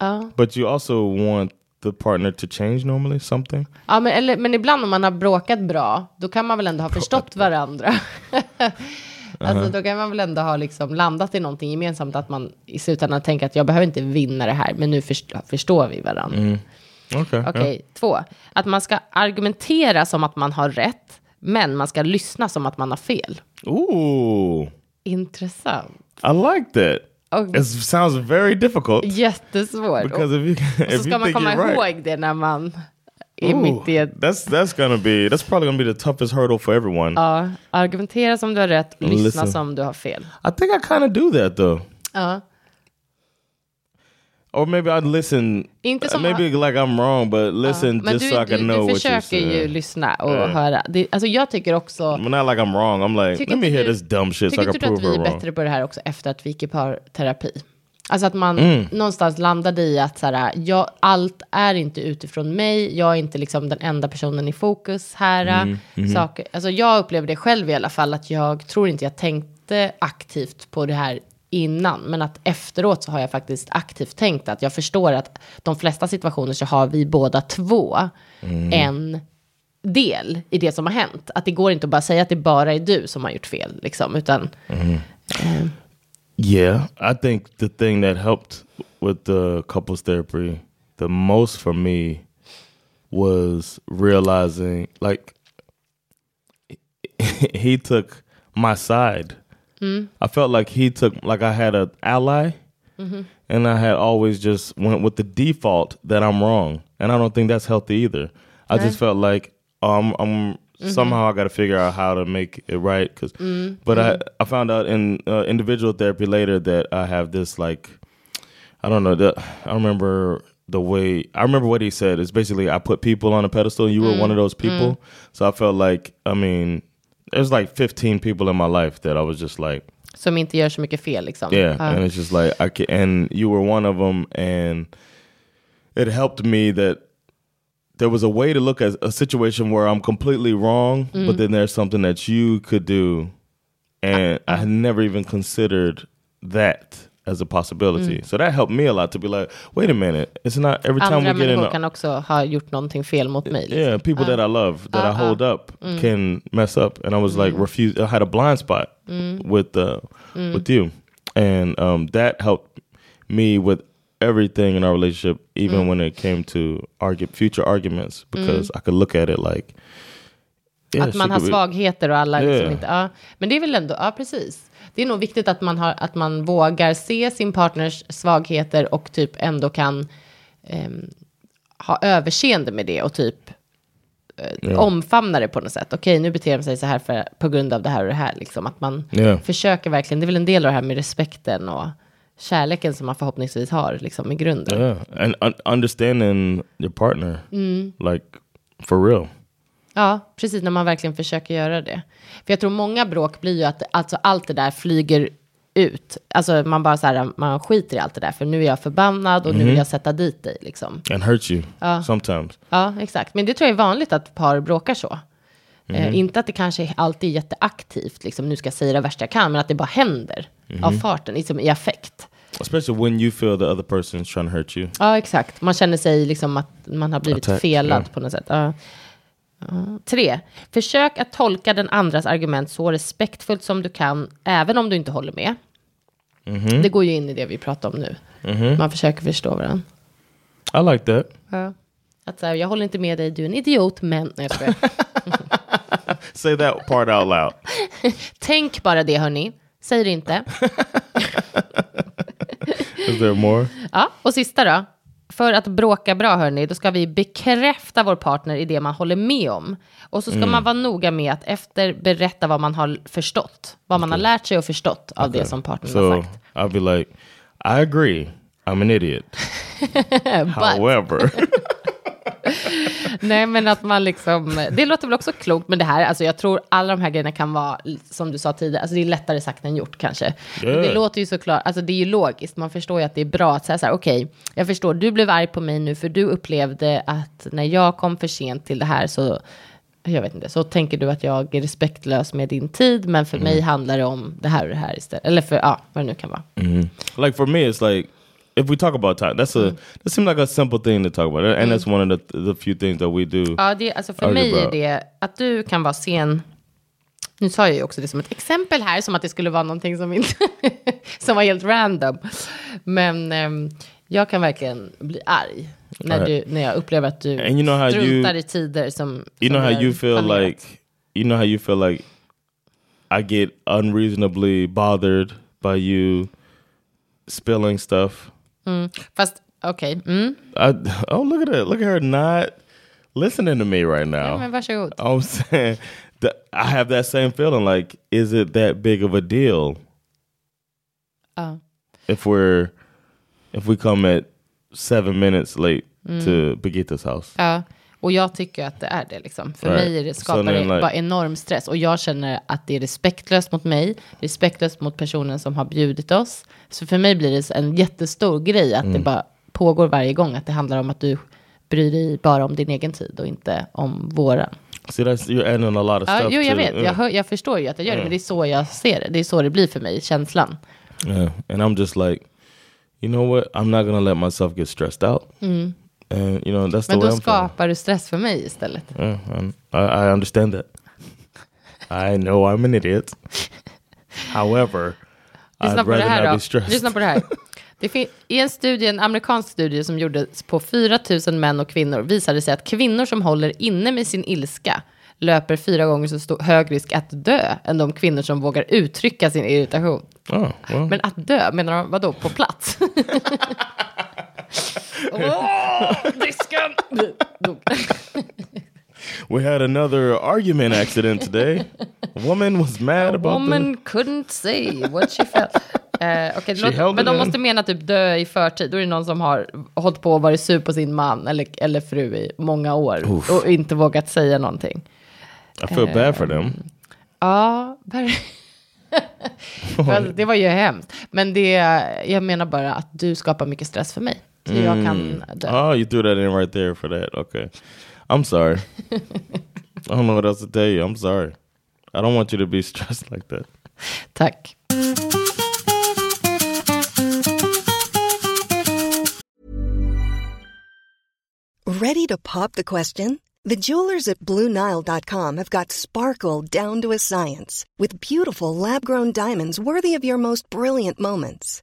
Speaker 2: Ja,
Speaker 3: but you also want the partner to change normally something.
Speaker 2: ja men, eller, men ibland om man har bråkat bra, då kan man väl ändå ha förstått varandra. alltså, då kan man väl ändå ha liksom landat i någonting gemensamt, att man i slutändan tänker att jag behöver inte vinna det här, men nu förstå, förstår vi varandra.
Speaker 3: Okay.
Speaker 2: Okej, två. Att man ska argumentera som att man har rätt, men man ska lyssna som att man har fel.
Speaker 3: yeah. Ooh,
Speaker 2: Intressant.
Speaker 3: I like that.
Speaker 2: Och
Speaker 3: It sounds very difficult
Speaker 2: jättesvårt. Och-
Speaker 3: because if you
Speaker 2: Och så
Speaker 3: if
Speaker 2: ska
Speaker 3: you
Speaker 2: man
Speaker 3: think
Speaker 2: komma
Speaker 3: you're right,
Speaker 2: ihåg det när man är mitt i ett...
Speaker 3: ooh, that's that's gonna be that's probably gonna be the toughest hurdle for everyone.
Speaker 2: Ja, argumentera som du har rätt, lyssna
Speaker 3: Listen.
Speaker 2: som du har fel.
Speaker 3: I think I kind of do that though,
Speaker 2: Ja.
Speaker 3: or maybe I'd listen.
Speaker 2: Inte
Speaker 3: uh,
Speaker 2: som...
Speaker 3: maybe like I'm wrong, but listen
Speaker 2: men
Speaker 3: just
Speaker 2: du,
Speaker 3: so I
Speaker 2: du,
Speaker 3: can know
Speaker 2: du
Speaker 3: what you're
Speaker 2: försöker ju
Speaker 3: saying.
Speaker 2: lyssna och
Speaker 3: Ja.
Speaker 2: höra. Det, alltså jag tycker också...
Speaker 3: But not like I'm wrong. I'm like,
Speaker 2: Tycker
Speaker 3: let me
Speaker 2: inte
Speaker 3: hear
Speaker 2: du-
Speaker 3: this dumb shit so I
Speaker 2: Tycker
Speaker 3: can
Speaker 2: inte du
Speaker 3: prove
Speaker 2: att vi
Speaker 3: her
Speaker 2: är
Speaker 3: wrong.
Speaker 2: bättre på det här också efter att vi gick i parterapi? Alltså att man någonstans landade i att så här, jag, allt är inte utifrån mig, jag är inte liksom den enda personen i fokus här. Saker, alltså jag upplever det själv i alla fall, att jag tror inte jag tänkte aktivt på det här innan, men att efteråt så har jag faktiskt aktivt tänkt att jag förstår att de flesta situationer så har vi båda två en del i det som har hänt. Att det går inte att bara säga att det bara är du som har gjort fel, liksom, utan
Speaker 3: Yeah, I think the thing that helped with the couples therapy the most for me was realizing like he took my side. I felt like he took like I had an ally, and I had always just went with the default that I'm wrong, and I don't think that's healthy either. I just felt like um, I'm somehow I got to figure out how to make it right. Cause, but I I found out in uh, individual therapy later that I have this like I don't know. The, I remember the way I remember what he said. It's basically I put people on a pedestal. You were one of those people, so I felt like I mean, there's like 15 people in my life that I was just like,
Speaker 2: som inte gör så mycket fel. Liksom.
Speaker 3: yeah,
Speaker 2: Ja.
Speaker 3: and it's just like I can, and you were one of them, and it helped me that there was a way to look at a situation where I'm completely wrong, but then there's something that you could do, and I had never even considered that as a possibility. So that helped me a lot to be like, wait a minute, it's not every time
Speaker 2: Andra
Speaker 3: we get in.
Speaker 2: människor
Speaker 3: A,
Speaker 2: kan också ha gjort någonting fel mot mig. Liksom.
Speaker 3: yeah, people that I love, that I hold up, can mess up, and I was like, refuse. I had a blind spot with uh, with you, and um, that helped me with everything in our relationship, even when it came to argue future arguments, because I could look at it like yeah,
Speaker 2: att
Speaker 3: she
Speaker 2: man har
Speaker 3: could be-
Speaker 2: svagheter och alla liksom
Speaker 3: Yeah.
Speaker 2: inte... Ja. Men det är väl ändå... Ja, precis. Det är nog viktigt att man, har, att man vågar se sin partners svagheter och typ ändå kan ehm, ha överseende med det och typ eh, omfamna det på något sätt. Okej, nu beter de sig så här för, på grund av det här och det här. Liksom. Att man
Speaker 3: Ja.
Speaker 2: försöker verkligen, det är väl en del av det här med respekten och kärleken som man förhoppningsvis har liksom, i grunden.
Speaker 3: yeah, and un- understanding your partner, like for real.
Speaker 2: Ja, precis när man verkligen försöker göra det. För jag tror många bråk blir ju att alltså allt det där flyger ut. Alltså man bara så här, man skiter i allt det där, för nu är jag förbannad och nu vill jag sätta dit dig liksom.
Speaker 3: and hurt you sometimes.
Speaker 2: Ja, exakt. Men det tror jag är vanligt att par bråkar så. Eh, inte att det kanske alltid är jätteaktivt, liksom nu ska jag säga det värsta jag kan, men att det bara händer av farten, liksom i affekt.
Speaker 3: Especially when you feel the other person is trying to hurt you.
Speaker 2: Ja, exakt. Man känner sig liksom att man har blivit
Speaker 3: Attack,
Speaker 2: felad
Speaker 3: ja.
Speaker 2: på något sätt. Ja. Ja. Tre, försök att tolka den andras argument så respektfullt som du kan, även om du inte håller med. Det går ju in i det vi pratar om nu. Man försöker förstå varandra.
Speaker 3: I like that.
Speaker 2: Att så här, jag håller inte med dig, du är en idiot, men... Nej, jag skojar.
Speaker 3: Say that part out loud.
Speaker 2: Tänk bara det, hörni. Säg det inte.
Speaker 3: Is there more?
Speaker 2: Ja, och sista då. För att bråka bra, hörni, då ska vi bekräfta vår partner i det man håller med om. Och så ska man vara noga med att efter berätta vad man har förstått. Vad man har lärt sig och förstått av det som partnern har
Speaker 3: So
Speaker 2: sagt.
Speaker 3: I'll be like, I agree. I'm an idiot. However,
Speaker 2: Nej, men att man liksom... Det låter väl också klokt, men det här, alltså jag tror alla de här grejerna kan vara, som du sa tidigare, alltså det är lättare sagt än gjort kanske. Men det
Speaker 3: Yeah.
Speaker 2: låter ju såklart, alltså det är ju logiskt, man förstår ju att det är bra att säga så här, okej, jag förstår, du blev arg på mig nu för du upplevde att när jag kom för sent till det här så, jag vet inte, så tänker du att jag är respektlös med din tid, men för mig handlar det om det här och det här istället. Eller för, ja, vad det nu kan vara.
Speaker 3: like for me, it's like if we talk about time, that's a that seems like a simple thing to talk about, and that's one of the the few things that we do.
Speaker 2: Ja, det, alltså för
Speaker 3: Argue
Speaker 2: mig är
Speaker 3: about.
Speaker 2: det att du kan vara sen. Nu sa jag ju också det som ett exempel här, som att det skulle vara någonting som, inte som var helt random. Men ehm, jag kan verkligen bli arg när, du, när jag upplever att du
Speaker 3: And you know how
Speaker 2: struntar
Speaker 3: you-
Speaker 2: i tider som...
Speaker 3: you know
Speaker 2: som
Speaker 3: how
Speaker 2: är
Speaker 3: you feel
Speaker 2: planerat.
Speaker 3: like you know how you feel like I get unreasonably bothered by you spilling stuff.
Speaker 2: Fast, okej. Mm.
Speaker 3: I oh look at it, look at her not listening to me right now.
Speaker 2: Ja, men varsågod.
Speaker 3: I'm saying that I have that same feeling. Like, is it that big of a deal
Speaker 2: Ja.
Speaker 3: if we're if we come at seven minutes late to Begita's house?
Speaker 2: Ja, och jag tycker att det är det. Liksom. För
Speaker 3: Right.
Speaker 2: mig är det, skapar
Speaker 3: Så när
Speaker 2: det
Speaker 3: den, like-
Speaker 2: bara enorm stress. Och jag känner att det är respektlöst mot mig, respektlöst mot personen som har bjudit oss. Så för mig blir det en jättestor grej att det bara pågår varje gång. Att det handlar om att du bryr dig bara om din egen tid och inte om våran.
Speaker 3: See, that's you're adding a lot of
Speaker 2: Ja, Mm.
Speaker 3: stuff.
Speaker 2: jo, jag
Speaker 3: to-
Speaker 2: vet. Jag, hör, jag förstår ju att jag gör det, men det är så jag ser det. Det är så det blir för mig, känslan.
Speaker 3: Yeah, and I'm just like, you know what? I'm not gonna let myself get stressed out. And you know that's
Speaker 2: Men
Speaker 3: the way
Speaker 2: då
Speaker 3: I'm feeling.
Speaker 2: skapar du stress för mig istället.
Speaker 3: Yeah, and I, I understand that. I know I'm an idiot. However,
Speaker 2: Lyssna
Speaker 3: I'd
Speaker 2: på det
Speaker 3: rather
Speaker 2: här
Speaker 3: not
Speaker 2: då.
Speaker 3: be stressed.
Speaker 2: Lyssna på det här. Det fin- I en studie, en amerikansk studie som gjordes på 4 000 män och kvinnor visade sig att kvinnor som håller inne med sin ilska löper fyra gånger så stor hög risk att dö än de kvinnor som vågar uttrycka sin irritation.
Speaker 3: Oh well,
Speaker 2: Men att dö, menar de vadå, på plats? Åh, disken! Dog.
Speaker 3: we had another argument accident today. A woman was mad about the
Speaker 2: Woman couldn't say what she felt. Eh, okej, det
Speaker 3: She
Speaker 2: låter-
Speaker 3: held
Speaker 2: men
Speaker 3: it
Speaker 2: de
Speaker 3: in.
Speaker 2: måste mena typ dö i förtid. Då är det någon som har hållit på och varit sur på sin man eller, eller fru i många år och inte vågat säga någonting.
Speaker 3: I feel bad for them.
Speaker 2: Ja, ver- Fast det var ju hemskt. Men det, jag menar bara att du skapar mycket stress för mig. Så jag kan dö.
Speaker 3: Oh, you threw that in right there for that. Okay. I'm sorry. I don't know what else to tell you. I'm sorry. I don't want you to be stressed like that.
Speaker 2: Tack.
Speaker 4: Ready to pop the question? The jewelers at BlueNile.com have got sparkle down to a science with beautiful lab grown diamonds worthy of your most brilliant moments.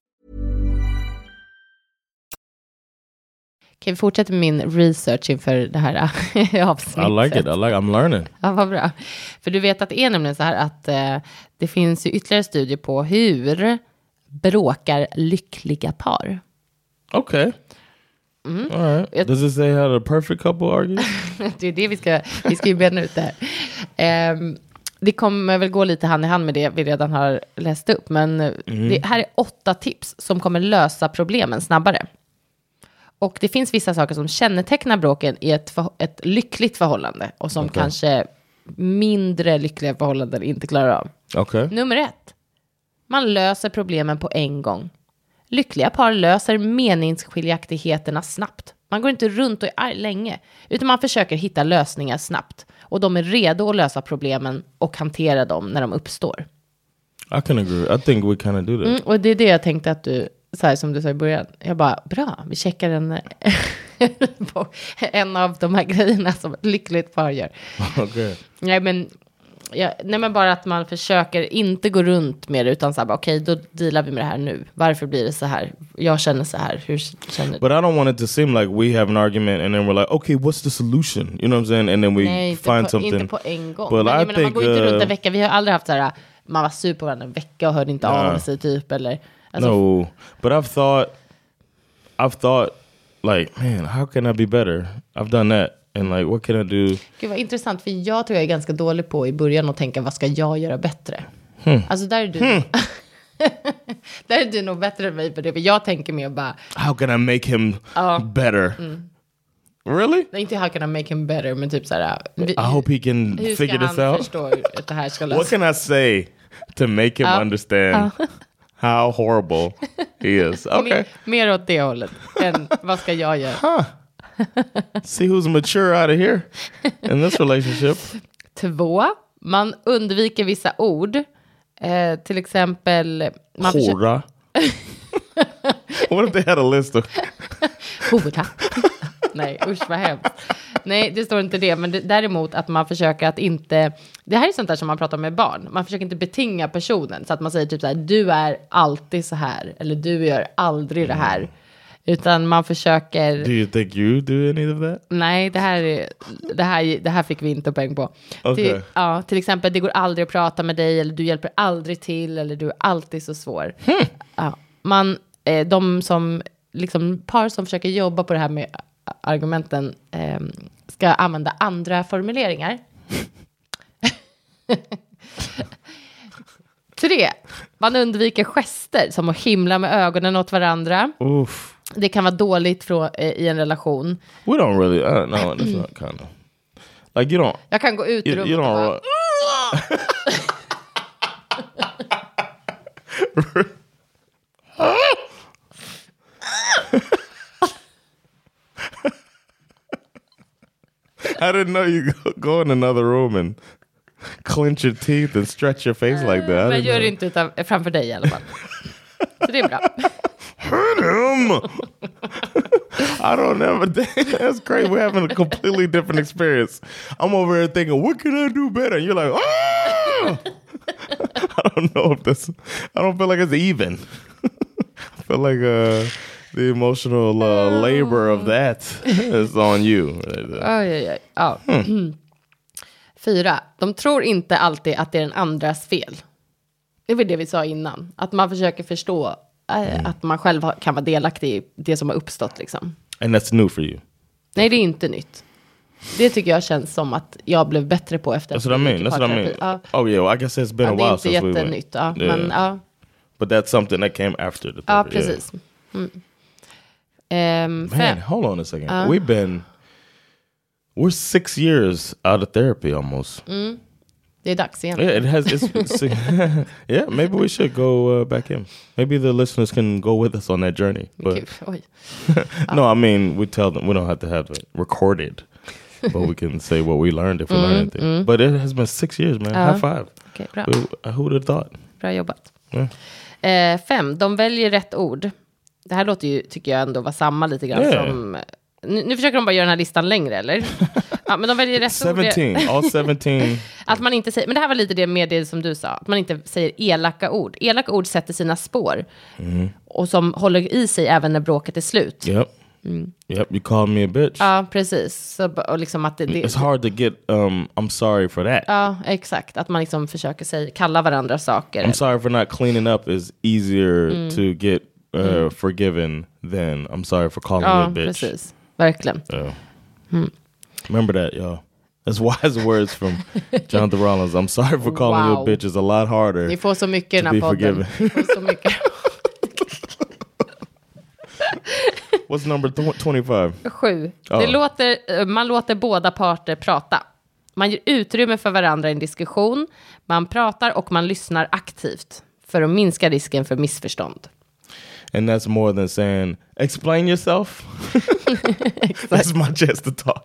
Speaker 2: Kan vi fortsätta med min research inför det här
Speaker 3: I
Speaker 2: avsnittet?
Speaker 3: like it. I like. I'm learning.
Speaker 2: Ja, vad bra. För du vet att det är nämligen så här att eh, det finns ju ytterligare studier på hur bråkar lyckliga par.
Speaker 3: Okay. All right.
Speaker 2: It-
Speaker 3: Does it say how the perfect couple argues?
Speaker 2: Det är det vi ska, vi ska ju bena ut det här. Ehm, det kommer väl gå lite hand i hand med det vi redan har läst upp, men det, här är åtta tips som kommer lösa problemen snabbare. Och det finns vissa saker som kännetecknar bråken i ett, förho- ett lyckligt förhållande och som kanske mindre lyckliga förhållanden inte klarar av.
Speaker 3: okay.
Speaker 2: Nummer ett. Man löser problemen på en gång. Lyckliga par löser meningsskiljaktigheterna snabbt. Man går inte runt och är arg länge, utan man försöker hitta lösningar snabbt. Och de är redo att lösa problemen och hantera dem när de uppstår.
Speaker 3: I can agree. I think we kind of do that.
Speaker 2: Mm, och det är det jag tänkte att du, så här som du sa i början, jag bara, bra, vi checkar en, på en av de här grejerna som ett lyckligt par gör.
Speaker 3: Okay.
Speaker 2: Nej men, ja, nej men bara att man försöker inte gå runt med det utan så här bara, okej då dealar vi med det här nu. Varför blir det så här? Jag känner så här, hur känner du?
Speaker 3: But I don't want it to seem like we have an argument and then we're like, okay, what's the solution? You know what I'm saying? And then we
Speaker 2: Nej, inte,
Speaker 3: find
Speaker 2: på,
Speaker 3: something.
Speaker 2: inte på en gång.
Speaker 3: Well,
Speaker 2: men
Speaker 3: I
Speaker 2: jag menar, man
Speaker 3: think,
Speaker 2: går ju inte runt
Speaker 3: uh,
Speaker 2: en vecka, vi har aldrig haft så här, man var sur på varandra en vecka och hörde inte av sig typ eller. Alltså,
Speaker 3: no, but I've thought, I've thought, like, man, how can I be better? I've done that, and like, what can I do?
Speaker 2: Gud vad intressant, för jag tror jag är ganska dålig på i början att tänka vad ska jag göra bättre?
Speaker 3: Hmm.
Speaker 2: Alltså där är du... där är du nog bättre än mig på det, för jag tänker mer bara,
Speaker 3: How can I make him better? Really?
Speaker 2: nej, inte how can I make him better, men typ så här... vi-
Speaker 3: I hope he can
Speaker 2: Hur
Speaker 3: figure
Speaker 2: ska
Speaker 3: this
Speaker 2: han
Speaker 3: out.
Speaker 2: förstå hur det här ska
Speaker 3: What
Speaker 2: lösas?
Speaker 3: can I say to make him understand how horrible he is? Okay,
Speaker 2: Mer, mer åt det hållet än vad ska jag göra?
Speaker 3: see who's mature out of here in this relationship.
Speaker 2: Två, man undviker vissa ord. Eh, till exempel... Man försöker-
Speaker 3: Hora. what if they had a list of?
Speaker 2: Hora. Nej, usch vad hemskt. Nej, det står inte det. Men det, däremot att man försöker att inte... Det här är sånt där som man pratar med barn. Man försöker inte betinga personen. Så att man säger typ så här, du är alltid så här. Eller du gör aldrig det här. Utan man försöker...
Speaker 3: Do you think you do any of that?
Speaker 2: Nej, det här, är- det här, det här fick vi inte poäng på.
Speaker 3: Okej.
Speaker 2: Till, ja, till exempel, det går aldrig att prata med dig, eller du hjälper aldrig till, eller du är alltid så svår. Ja, man, eh, de som, liksom, par som försöker jobba på det här med a- argumenten eh, ska använda andra formuleringar. Tre, man undviker gester som att himla med ögonen åt varandra.
Speaker 3: Oof.
Speaker 2: Det kan vara dåligt från, eh, i en relation.
Speaker 3: We don't really. I don't know. That's not kind of like you don't.
Speaker 2: Jag kan gå ut ur
Speaker 3: You, you
Speaker 2: rummet och bara,
Speaker 3: don't. ru- I didn't know you go- go in another room and clench your teeth and stretch your face like that. I
Speaker 2: men
Speaker 3: didn't
Speaker 2: gör
Speaker 3: know.
Speaker 2: det inte utan, framför dig i alla fall. Så det är bra.
Speaker 3: him. I don't ever. That's great. We're having a completely different experience. I'm over here thinking, what can I do better? And you're like, ah! I don't know if this. I don't feel like it's even. I feel like uh, the emotional uh, labor
Speaker 2: Oh.
Speaker 3: of that is on you.
Speaker 2: Oj, oj, oj. Ja. Fyra, de tror inte alltid att det är den andras fel. Det var det vi sa innan, att man försöker förstå eh,
Speaker 3: Mm.
Speaker 2: att man själv har- kan vara delaktig i det som har uppstått. Liksom.
Speaker 3: And that's new for you.
Speaker 2: Nej, det är inte nytt. Det tycker jag känns som att jag blev bättre på efter.
Speaker 3: That's
Speaker 2: att
Speaker 3: what I
Speaker 2: jag
Speaker 3: mean.
Speaker 2: gick i
Speaker 3: That's what I mean.
Speaker 2: parterapi. Ja.
Speaker 3: Oh yeah, well, I guess it's been
Speaker 2: uh, Ja,
Speaker 3: a
Speaker 2: det är inte
Speaker 3: while since we
Speaker 2: jättenytt,
Speaker 3: went.
Speaker 2: ja, men
Speaker 3: Yeah.
Speaker 2: ja.
Speaker 3: But that's something that came after the.
Speaker 2: Ja,
Speaker 3: paper, yeah.
Speaker 2: precis. Mm. Ehm,
Speaker 3: Man,
Speaker 2: fem.
Speaker 3: hold on a second. We've been we're six years out of therapy almost.
Speaker 2: Det är dags igen.
Speaker 3: Yeah, it has. It's, it's- yeah, maybe we should go uh, back in. Maybe the listeners can go with us on that journey. But
Speaker 2: Gud, oj.
Speaker 3: no, I mean we tell them we don't have to have it recorded, but we can say what we learned if we learned anything. But it has been six years, man. High five. uh,
Speaker 2: Okej, bra.
Speaker 3: Who, who'd have thought?
Speaker 2: Bra jobbat.
Speaker 3: Ja.
Speaker 2: Eh, fem, de väljer rätt ord. Det här låter ju, tycker jag, ändå vara samma lite grann
Speaker 3: Ja.
Speaker 2: som... Nu, nu försöker de bara göra den här listan längre, eller? Ja, men de väljer rätt ord. Det-
Speaker 3: 17, all 17.
Speaker 2: Att man inte säger, men det här var lite det med det som du sa, att man inte säger elaka ord. Elaka ord sätter sina spår
Speaker 3: Mm.
Speaker 2: och som håller i sig även när bråket är slut. Ja,
Speaker 3: Yep. Yep, you called me a bitch.
Speaker 2: Uh, precis. Så, b- och liksom att det,
Speaker 3: It's
Speaker 2: det,
Speaker 3: hard to get um I'm sorry for that.
Speaker 2: ja, exakt. Att man liksom försöker säga, kalla varandra saker.
Speaker 3: I'm sorry for not cleaning up is easier to get uh, forgiven than I'm sorry for calling you a
Speaker 2: ja,
Speaker 3: bitch.
Speaker 2: precis. Verkligen.
Speaker 3: So, Remember that, y'all. That's wise words from Jonathan Rollins. I'm sorry for calling
Speaker 2: Wow.
Speaker 3: you a bitch is a lot harder.
Speaker 2: Ni får så mycket i den
Speaker 3: To
Speaker 2: här
Speaker 3: be
Speaker 2: podden. Ni får så mycket.
Speaker 3: What's number th- 25?
Speaker 2: Sju.
Speaker 3: Ja.
Speaker 2: Det låter, eh, man låter båda parter prata. Man ger utrymme för varandra i en diskussion. Man pratar och man lyssnar aktivt för att minska risken för missförstånd.
Speaker 3: And that's more than saying, explain yourself. that's my chance to talk.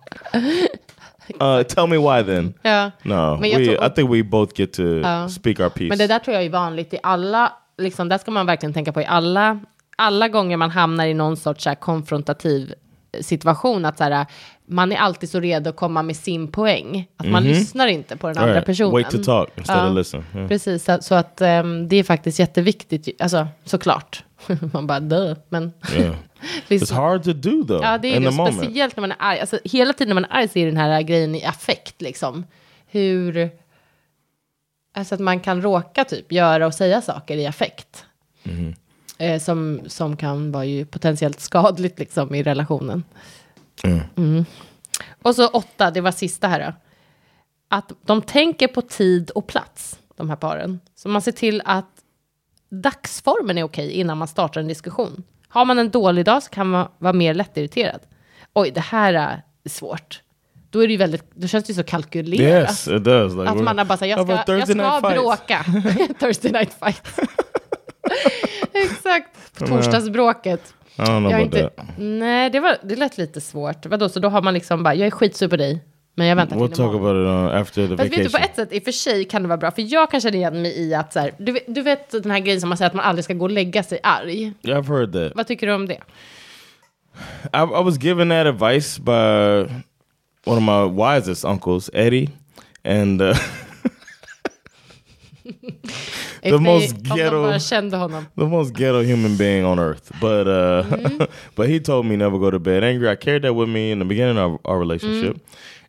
Speaker 3: Uh, tell me why then.
Speaker 2: Ja.
Speaker 3: No,
Speaker 2: Men jag
Speaker 3: we,
Speaker 2: tror-
Speaker 3: I think we both get to speak our piece.
Speaker 2: Men det där tror jag är vanligt i alla, liksom, där ska man verkligen tänka på i alla, alla gånger man hamnar i någon sorts så här konfrontativ eh, situation, att så här, man är alltid så redo att komma med sin poäng. Att man lyssnar inte på den
Speaker 3: Mhm. All
Speaker 2: andra
Speaker 3: right,
Speaker 2: personen.
Speaker 3: Wait to talk instead
Speaker 2: Ja.
Speaker 3: of listen. Yeah.
Speaker 2: Precis, så- så att ehm, det är faktiskt jätteviktigt, ju. alltså såklart. Man bara dö, men...
Speaker 3: Yeah. It's
Speaker 2: Lyssna.
Speaker 3: hard to do though
Speaker 2: Ja, det är
Speaker 3: in
Speaker 2: det.
Speaker 3: the moment.
Speaker 2: Speciellt när man är arg. Alltså, hela tiden när man är arg så är den här grejen i affekt. Liksom. Hur... Alltså att man kan råka typ göra och säga saker i affekt. Eh, som, som kan vara ju potentiellt skadligt liksom, i relationen. Mm. Och så åtta, det var sista här då. Att de tänker på tid och plats, de här paren. Så man ser till att dagsformen är okej innan man startar en diskussion. Har man en dålig dag så kan man vara mer lättirriterad. Oj, det här är svårt. Då, är det ju väldigt, då känns det ju så kalkylerat.
Speaker 3: Yes, it does. Like
Speaker 2: Att
Speaker 3: we're-
Speaker 2: man har bara
Speaker 3: Have
Speaker 2: sagt,
Speaker 3: a
Speaker 2: jag ska, jag
Speaker 3: Thursday night
Speaker 2: ska
Speaker 3: fight.
Speaker 2: bråka. Thursday night fight. Exakt, torsdagsbråket.
Speaker 3: I don't know
Speaker 2: Jag är
Speaker 3: about
Speaker 2: inte,
Speaker 3: that.
Speaker 2: nej, det, var, det lät lite svårt. Vadå, så då har man liksom bara, jag är skitsur på dig, men jag väntar
Speaker 3: We'll
Speaker 2: till
Speaker 3: talk
Speaker 2: imorgon.
Speaker 3: about it uh, after the
Speaker 2: Fast vet du,
Speaker 3: vacation.
Speaker 2: på ett sätt i och för sig kan det vara bra, för jag kan känna igen mig i att så här, du, vet- du vet den här grejen som man säger att man aldrig ska gå och lägga sig arg.
Speaker 3: Yeah, I've heard that.
Speaker 2: Vad tycker du om det?
Speaker 3: I, I was given that advice by one of my wisest uncles, Eddie, and uh,
Speaker 2: The
Speaker 3: most
Speaker 2: Om de
Speaker 3: ghetto-
Speaker 2: bara kände honom.
Speaker 3: the most ghetto human being on earth. But uh, but he told me never go to bed angry. I carried that with me in the beginning of our relationship,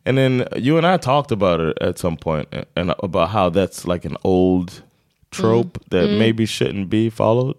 Speaker 3: and then you and I talked about it at some point, a- and about how that's like an old trope that maybe shouldn't be followed.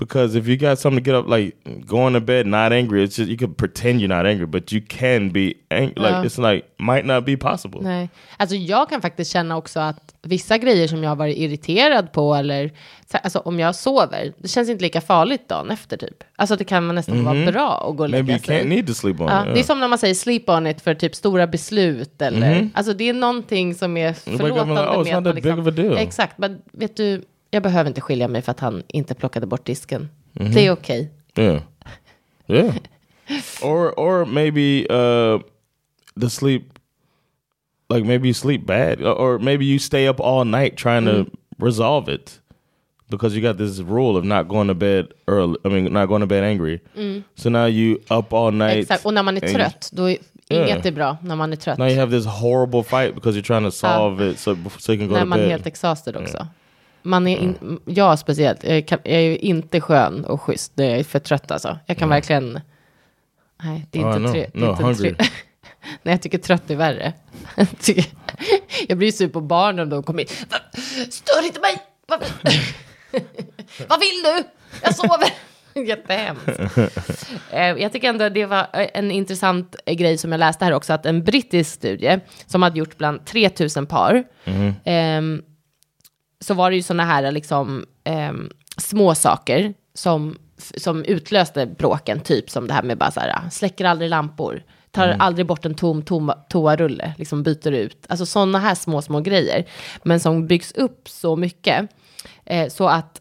Speaker 3: Because if you got something to get up, like going to bed not angry, it's just you could pretend you're not angry, but you can be angry. Like it's like might not be possible.
Speaker 2: Nej. Alltså jag kan faktiskt känna också att vissa grejer som jag har varit irriterad på eller så här, alltså om jag sover, det känns inte lika farligt dagen efter typ. Alltså det kan nästan vara bra att gå och
Speaker 3: Mhm. Maybe
Speaker 2: lägga
Speaker 3: you
Speaker 2: sig.
Speaker 3: can't need to sleep on
Speaker 2: Ja,
Speaker 3: it.
Speaker 2: Det är
Speaker 3: yeah.
Speaker 2: som när man säger sleep on it för typ stora beslut eller, alltså det är någonting som är
Speaker 3: and like,
Speaker 2: förlåtande
Speaker 3: oh, it's
Speaker 2: med
Speaker 3: not
Speaker 2: att
Speaker 3: that
Speaker 2: man liksom-
Speaker 3: big of a deal.
Speaker 2: Exakt, men vet du, jag behöver inte skilja mig för att han inte plockade bort disken. Det är okej.
Speaker 3: Yeah. Yeah. or or maybe uh the sleep like maybe you sleep bad or- or maybe you stay up all night trying to resolve it because you got this rule of not going to bed early I mean not going to bed angry. So now you up all night.
Speaker 2: Exakt, och när man är
Speaker 3: and you-
Speaker 2: trött, då är
Speaker 3: Yeah.
Speaker 2: inget är bra när man är trött.
Speaker 3: Now you have this horrible fight because you're trying to solve it so so you can go
Speaker 2: när
Speaker 3: to
Speaker 2: man är
Speaker 3: bed.
Speaker 2: helt exhausted också. Man är in, jag speciellt, jag, kan, jag är ju inte skön och schysst, jag är för trött alltså. Jag kan verkligen... Nej, det är
Speaker 3: Oh, I
Speaker 2: inte
Speaker 3: know.
Speaker 2: tre. det är
Speaker 3: No,
Speaker 2: inte tre-
Speaker 3: hungry.
Speaker 2: Nej, jag tycker trött är värre. Jag tycker- jag blir ju sur på barn om de kommer in. "Va- Stör inte mig! Vad vill, Vad vill du? Jag sover! Jättehemskt. Eh, Jag tycker ändå det var eh, en intressant eh, grej som jag läste här också, att en brittisk studie som hade gjort bland 3000 par,
Speaker 3: Mm-hmm.
Speaker 2: ehm, så var det ju sådana här liksom, ehm, små saker som, f- som utlöste bråken, typ som det här med bara så här, släcker aldrig lampor, tar aldrig bort en tom, tom toarulle, liksom byter ut, alltså sådana här små, små grejer, men som byggs upp så mycket, eh, så att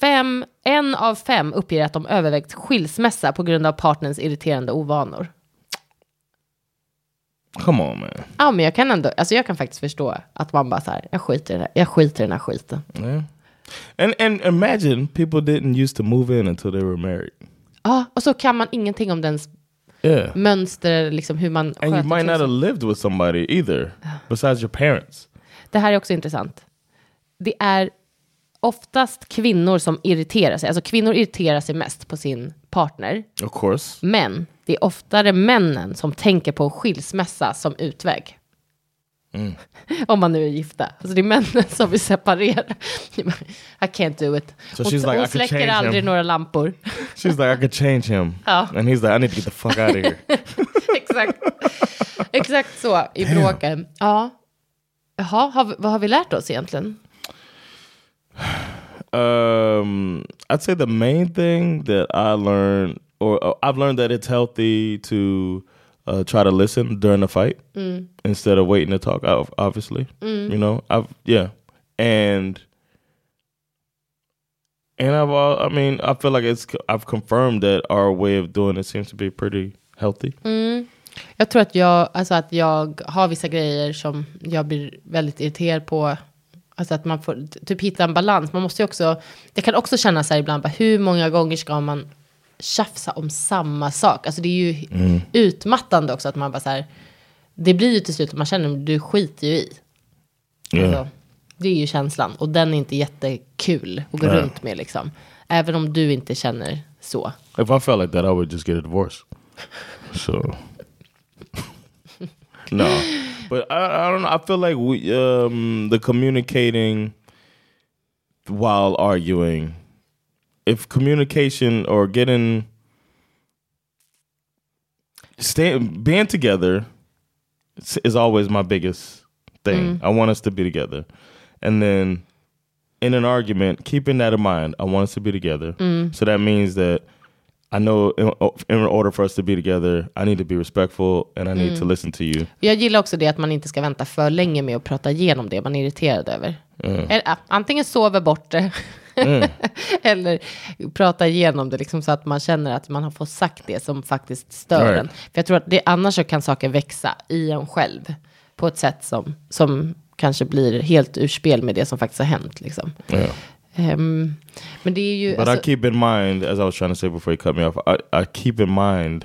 Speaker 2: fem, en av fem uppger att de övervägt skilsmässa på grund av partners irriterande ovanor.
Speaker 3: Come on man.
Speaker 2: Ja, men jag kan ändå, alltså jag kan faktiskt förstå att man bara så här, jag skiter i den här, jag skiter i den här skiten.
Speaker 3: Yeah. And and imagine people didn't used to move in until they were married.
Speaker 2: Ja, och så kan man ingenting om dens
Speaker 3: Yeah.
Speaker 2: mönster, liksom hur man
Speaker 3: And you
Speaker 2: sköter
Speaker 3: might not have
Speaker 2: trosan.
Speaker 3: lived with somebody either, besides your parents.
Speaker 2: Det här är också intressant. Det är oftast kvinnor som irriterar sig. Alltså kvinnor irriterar sig mest på sin partner.
Speaker 3: Of course.
Speaker 2: Men det är oftare männen som tänker på skilsmässa som utväg.
Speaker 3: Mm.
Speaker 2: Om man nu är gifta. Alltså det är männen som vill separera. I can't do it.
Speaker 3: So
Speaker 2: hon
Speaker 3: she's like,
Speaker 2: hon
Speaker 3: "I could
Speaker 2: släcker
Speaker 3: change
Speaker 2: aldrig
Speaker 3: him."
Speaker 2: några lampor.
Speaker 3: She's like, I could change him.
Speaker 2: Oh.
Speaker 3: And he's like, I need to get the fuck out of here.
Speaker 2: Exakt. Exakt så i bråken. Ja. Jaha, har vi, vad har vi lärt oss egentligen?
Speaker 3: um, I'd say the main thing that I learned, or uh, I've learned that it's healthy to uh, try to listen during the fight instead of waiting to talk. ob- Obviously, you know, I've yeah, and and I've all. I mean, I feel like it's. I've confirmed that our way of doing it seems to be pretty healthy.
Speaker 2: Jag tror att jag, alltså att jag har vissa grejer som jag blir väldigt irriterad på. Alltså att man får t- typ hitta en balans. Man måste ju också, jag kan också känna så här ibland, bara, hur många gånger ska man tjafsa om samma sak? Alltså det är ju utmattande också att man bara så här, det blir ju till slut att man känner, du skiter ju i. Alltså, det är ju känslan och den är inte jättekul att gå runt med liksom. Även om du inte känner så.
Speaker 3: If I felt like that, I would just get a divorce. So no, but I, I don't know. I feel like we um, the communicating while arguing. If communication or getting staying being together s- is always my biggest thing. I want us to be together, and then in an argument, keeping that in mind, I want us to be together. So that means that I know in, in order for us to be together, I need to be respectful and I need to listen to you.
Speaker 2: Jag gillar också det att man inte ska vänta för länge med att prata igenom det man är irriterad över.
Speaker 3: Mm.
Speaker 2: Eller, ja, antingen sover bort det, eller prata igenom det liksom, så att man känner att man har fått sagt det som faktiskt stör
Speaker 3: Right.
Speaker 2: en. För jag tror att det, annars så kan saker växa i en själv på ett sätt som, som kanske blir helt ur spel med det som faktiskt har hänt. Liksom.
Speaker 3: Yeah.
Speaker 2: Ehm, men det är ju...
Speaker 3: But I
Speaker 2: alltså-
Speaker 3: keep in mind, as I was trying to say before you cut me off, I, I keep in mind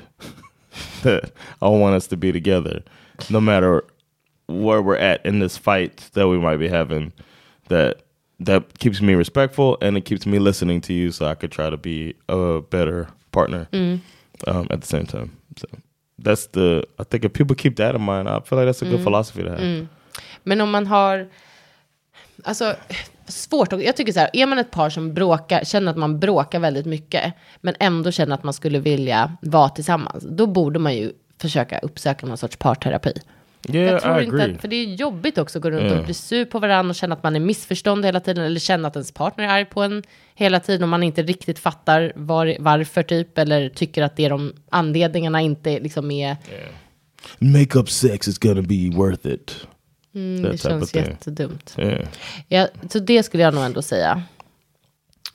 Speaker 3: that I want us to be together, no matter where we're at in this fight that we might be having. That that keeps me respectful and it keeps me listening to you, so I could try to be a better partner um, at the same time. So that's the. I think if people keep that in mind, I feel like that's a good philosophy to have.
Speaker 2: Men om man har, alltså svårt, att- jag tycker så här, är man ett par som bråkar, känner att man bråkar väldigt mycket, men ändå känner att man skulle vilja vara tillsammans, då borde man ju försöka uppsöka någon sorts parterapi.
Speaker 3: Yeah,
Speaker 2: jag tror
Speaker 3: I
Speaker 2: inte
Speaker 3: agree. Mm.
Speaker 2: att, för det är jobbigt också att gå runt och
Speaker 3: Yeah.
Speaker 2: bli sur på varandra och känna att man är missförstånd hela tiden, eller känna att ens partner är arg på en hela tiden och man inte riktigt fattar var, varför typ, eller tycker att det är de anledningarna inte liksom är,
Speaker 3: Make up sex is gonna be worth Mm, it.
Speaker 2: det känns jättedumt.
Speaker 3: Yeah.
Speaker 2: Ja, så det skulle jag nog ändå säga.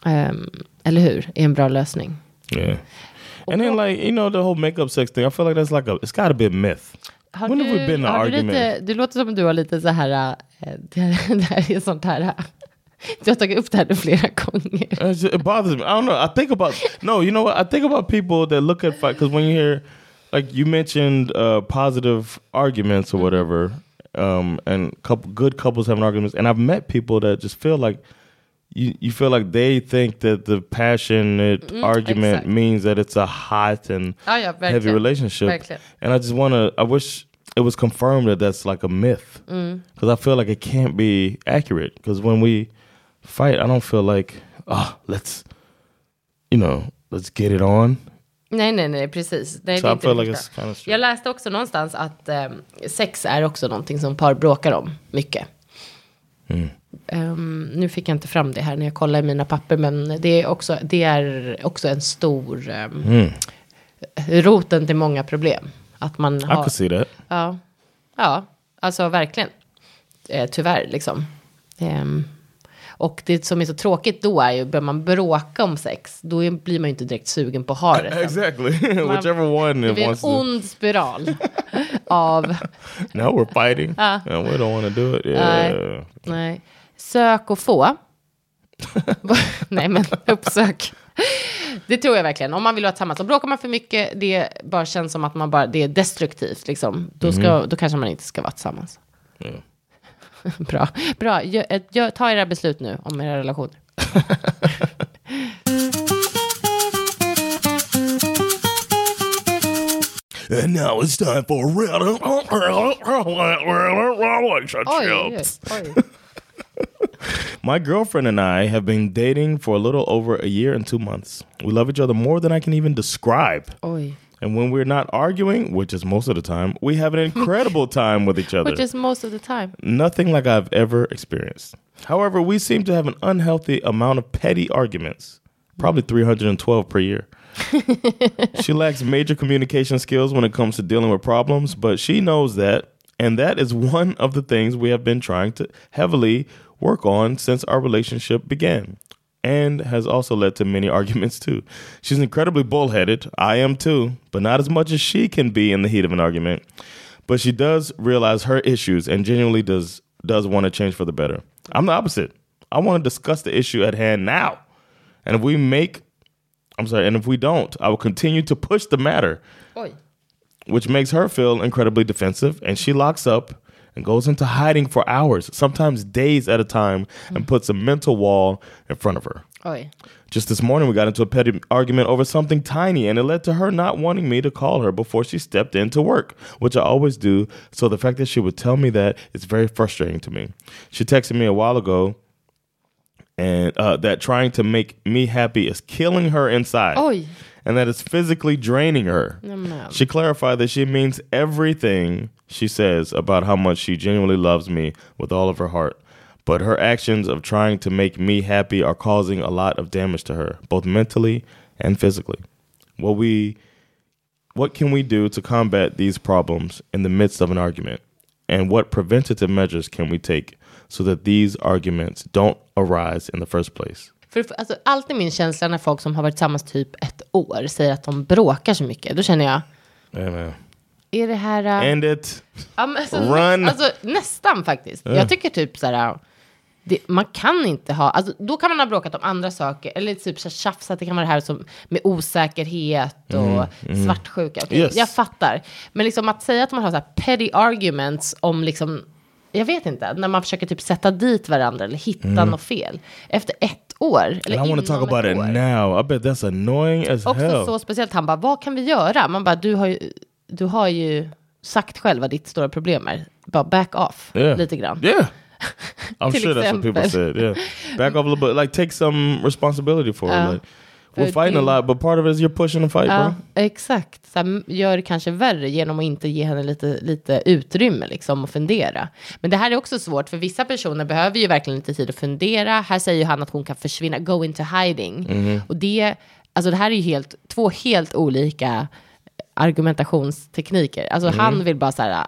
Speaker 2: Ehm, eller hur? Är en bra lösning.
Speaker 3: Yeah. And then like you know the whole makeup sex thing, I feel like that's like a it's got to be a myth.
Speaker 2: Har
Speaker 3: When
Speaker 2: du,
Speaker 3: have we been in an
Speaker 2: har du,
Speaker 3: argument?
Speaker 2: lite, du låter som att du har lite så här, äh, det här, det här är sånt här, äh, du har tagit upp det här nu flera gånger.
Speaker 3: It's just- it bothers me. I don't know. I think about no. You know what? I think about people that look at fight because when you hear like you mentioned uh, positive arguments or whatever, um, and couple good couples having arguments, and I've met people that just feel like. You, you feel like they think that the passionate argument
Speaker 2: exact.
Speaker 3: means that it's a hot and
Speaker 2: Ja, ja,
Speaker 3: heavy
Speaker 2: verkligen.
Speaker 3: relationship.
Speaker 2: Verkligen.
Speaker 3: And I just want to, I wish it was confirmed that that's like a myth.
Speaker 2: Mm.
Speaker 3: Because I feel like it can't be accurate. Because when we fight, I don't feel like, ah, let's, you know, let's get it on.
Speaker 2: Nej, nej, nej, precis. Nej,
Speaker 3: So
Speaker 2: det är
Speaker 3: I
Speaker 2: inte
Speaker 3: feel
Speaker 2: det
Speaker 3: like
Speaker 2: första.
Speaker 3: it's kinda strange.
Speaker 2: jag läste också någonstans att ehm, sex är också någonting som par bråkar om mycket. Ehm, nu fick jag inte fram det här när jag kollade i mina papper, men det är också, det är också en stor ehm, roten till många problem. Att man
Speaker 3: I
Speaker 2: har,
Speaker 3: could see that.
Speaker 2: ja, ja, alltså verkligen. Eh, tyvärr liksom. Ehm, och det som är så tråkigt då är ju, börjar man bråka om sex, då är, blir man ju inte direkt sugen på att ha det. sen.
Speaker 3: Exactly. Whichever one
Speaker 2: Det
Speaker 3: it
Speaker 2: blir en
Speaker 3: wants to.
Speaker 2: ond spiral av,
Speaker 3: Now we're fighting.
Speaker 2: Ah.
Speaker 3: and we don't want to do it. Yeah.
Speaker 2: Nej. nej, sök och få. Va- nej men uppsök. Det tror jag verkligen. Om man vill vara tillsammans. Och bråkar man för mycket, det bara känns som att man bara, det är destruktivt. Liksom. Då, ska, då kanske man inte ska vara tillsammans. Bra. Bra. Gör, ett- gör, ta era beslut nu om era relationer.
Speaker 3: And now it's time for relationship.
Speaker 2: Oj, oj, oj.
Speaker 3: My girlfriend and I have been dating for a little over a year and two months. We love each other more than I can even describe.
Speaker 2: oj.
Speaker 3: And when we're not arguing, which is most of the time, we have an incredible time with each other.
Speaker 2: Which is most of the time.
Speaker 3: Nothing like I've ever experienced. However, we seem to have an unhealthy amount of petty arguments, probably 312 per year. she lacks major communication skills when it comes to dealing with problems, but she knows that. And that is one of the things we have been trying to heavily work on since our relationship began and has also led to many arguments too. She's incredibly bullheaded. I am too, but not as much as she can be in the heat of an argument. But she does realize her issues and genuinely does does want to change for the better. I'm the opposite. I want to discuss the issue at hand now. And if we make I'm sorry, and if we don't, I will continue to push the matter,
Speaker 2: Oj.
Speaker 3: which makes her feel incredibly defensive and she locks up and goes into hiding for hours, sometimes days at a time, and puts a mental wall in front of her.
Speaker 2: Oj.
Speaker 3: Just this morning, we got into a petty argument over something tiny, and it led to her not wanting me to call her before she stepped in to work, which I always do. So the fact that she would tell me that is very frustrating to me. She texted me a while ago, and uh, that trying to make me happy is killing her inside,
Speaker 2: Oj.
Speaker 3: and that it's physically draining her.
Speaker 2: Mm-hmm.
Speaker 3: She clarified that she means everything she says about how much she genuinely loves me with all of her heart. But her actions of trying to make me happy are causing a lot of damage to her, both mentally and physically. What we what can we do to combat these problems in the midst of an argument? And what preventative measures can we take so that these arguments don't arise in the first place?
Speaker 2: För, för alltså, alltid min känsla när folk som har varit tillsammans typ ett år säger att de bråkar så mycket. Då känner jag,
Speaker 3: Amen.
Speaker 2: är det här... äh,
Speaker 3: End it.
Speaker 2: Ja, men alltså,
Speaker 3: Run.
Speaker 2: Nä, alltså, nästan faktiskt. Jag tycker typ så här, det, man kan inte ha, alltså, då kan man ha bråkat om andra saker, eller typ så här, tjafsat, det kan vara det här som, med osäkerhet och svartsjuka. Okej,
Speaker 3: Mm, Yes.
Speaker 2: Jag fattar. Men liksom att säga att man har så här petty arguments om liksom, jag vet inte, när man försöker typ sätta dit varandra eller hitta något fel. Efter ett år, eller
Speaker 3: Mm. And I want to talk
Speaker 2: inom
Speaker 3: about
Speaker 2: ett
Speaker 3: it
Speaker 2: år.
Speaker 3: now. I bet that's annoying as
Speaker 2: Också
Speaker 3: hell.
Speaker 2: så speciellt, han bara, vad kan vi göra? Man bara, du har ju, du har ju sagt själv vad ditt stora problem är. Bara back off
Speaker 3: Yeah.
Speaker 2: lite grann.
Speaker 3: Yeah. I'm
Speaker 2: Till
Speaker 3: sure that's what people said.
Speaker 2: exempel.
Speaker 3: Yeah. Back off a little bit. Like take some responsibility for it. Like,
Speaker 2: För
Speaker 3: we're fighting a
Speaker 2: din-
Speaker 3: lot, but part of it is you're pushing the fight,
Speaker 2: Ja,
Speaker 3: bro.
Speaker 2: exakt. Så här, gör det kanske värre genom att inte ge henne lite, lite utrymme liksom, att fundera. Men det här är också svårt, för vissa personer behöver ju verkligen lite tid att fundera. Här säger ju han att hon kan försvinna, go into hiding. Och det, alltså det här är ju helt, två helt olika argumentationstekniker. Alltså han vill bara så här,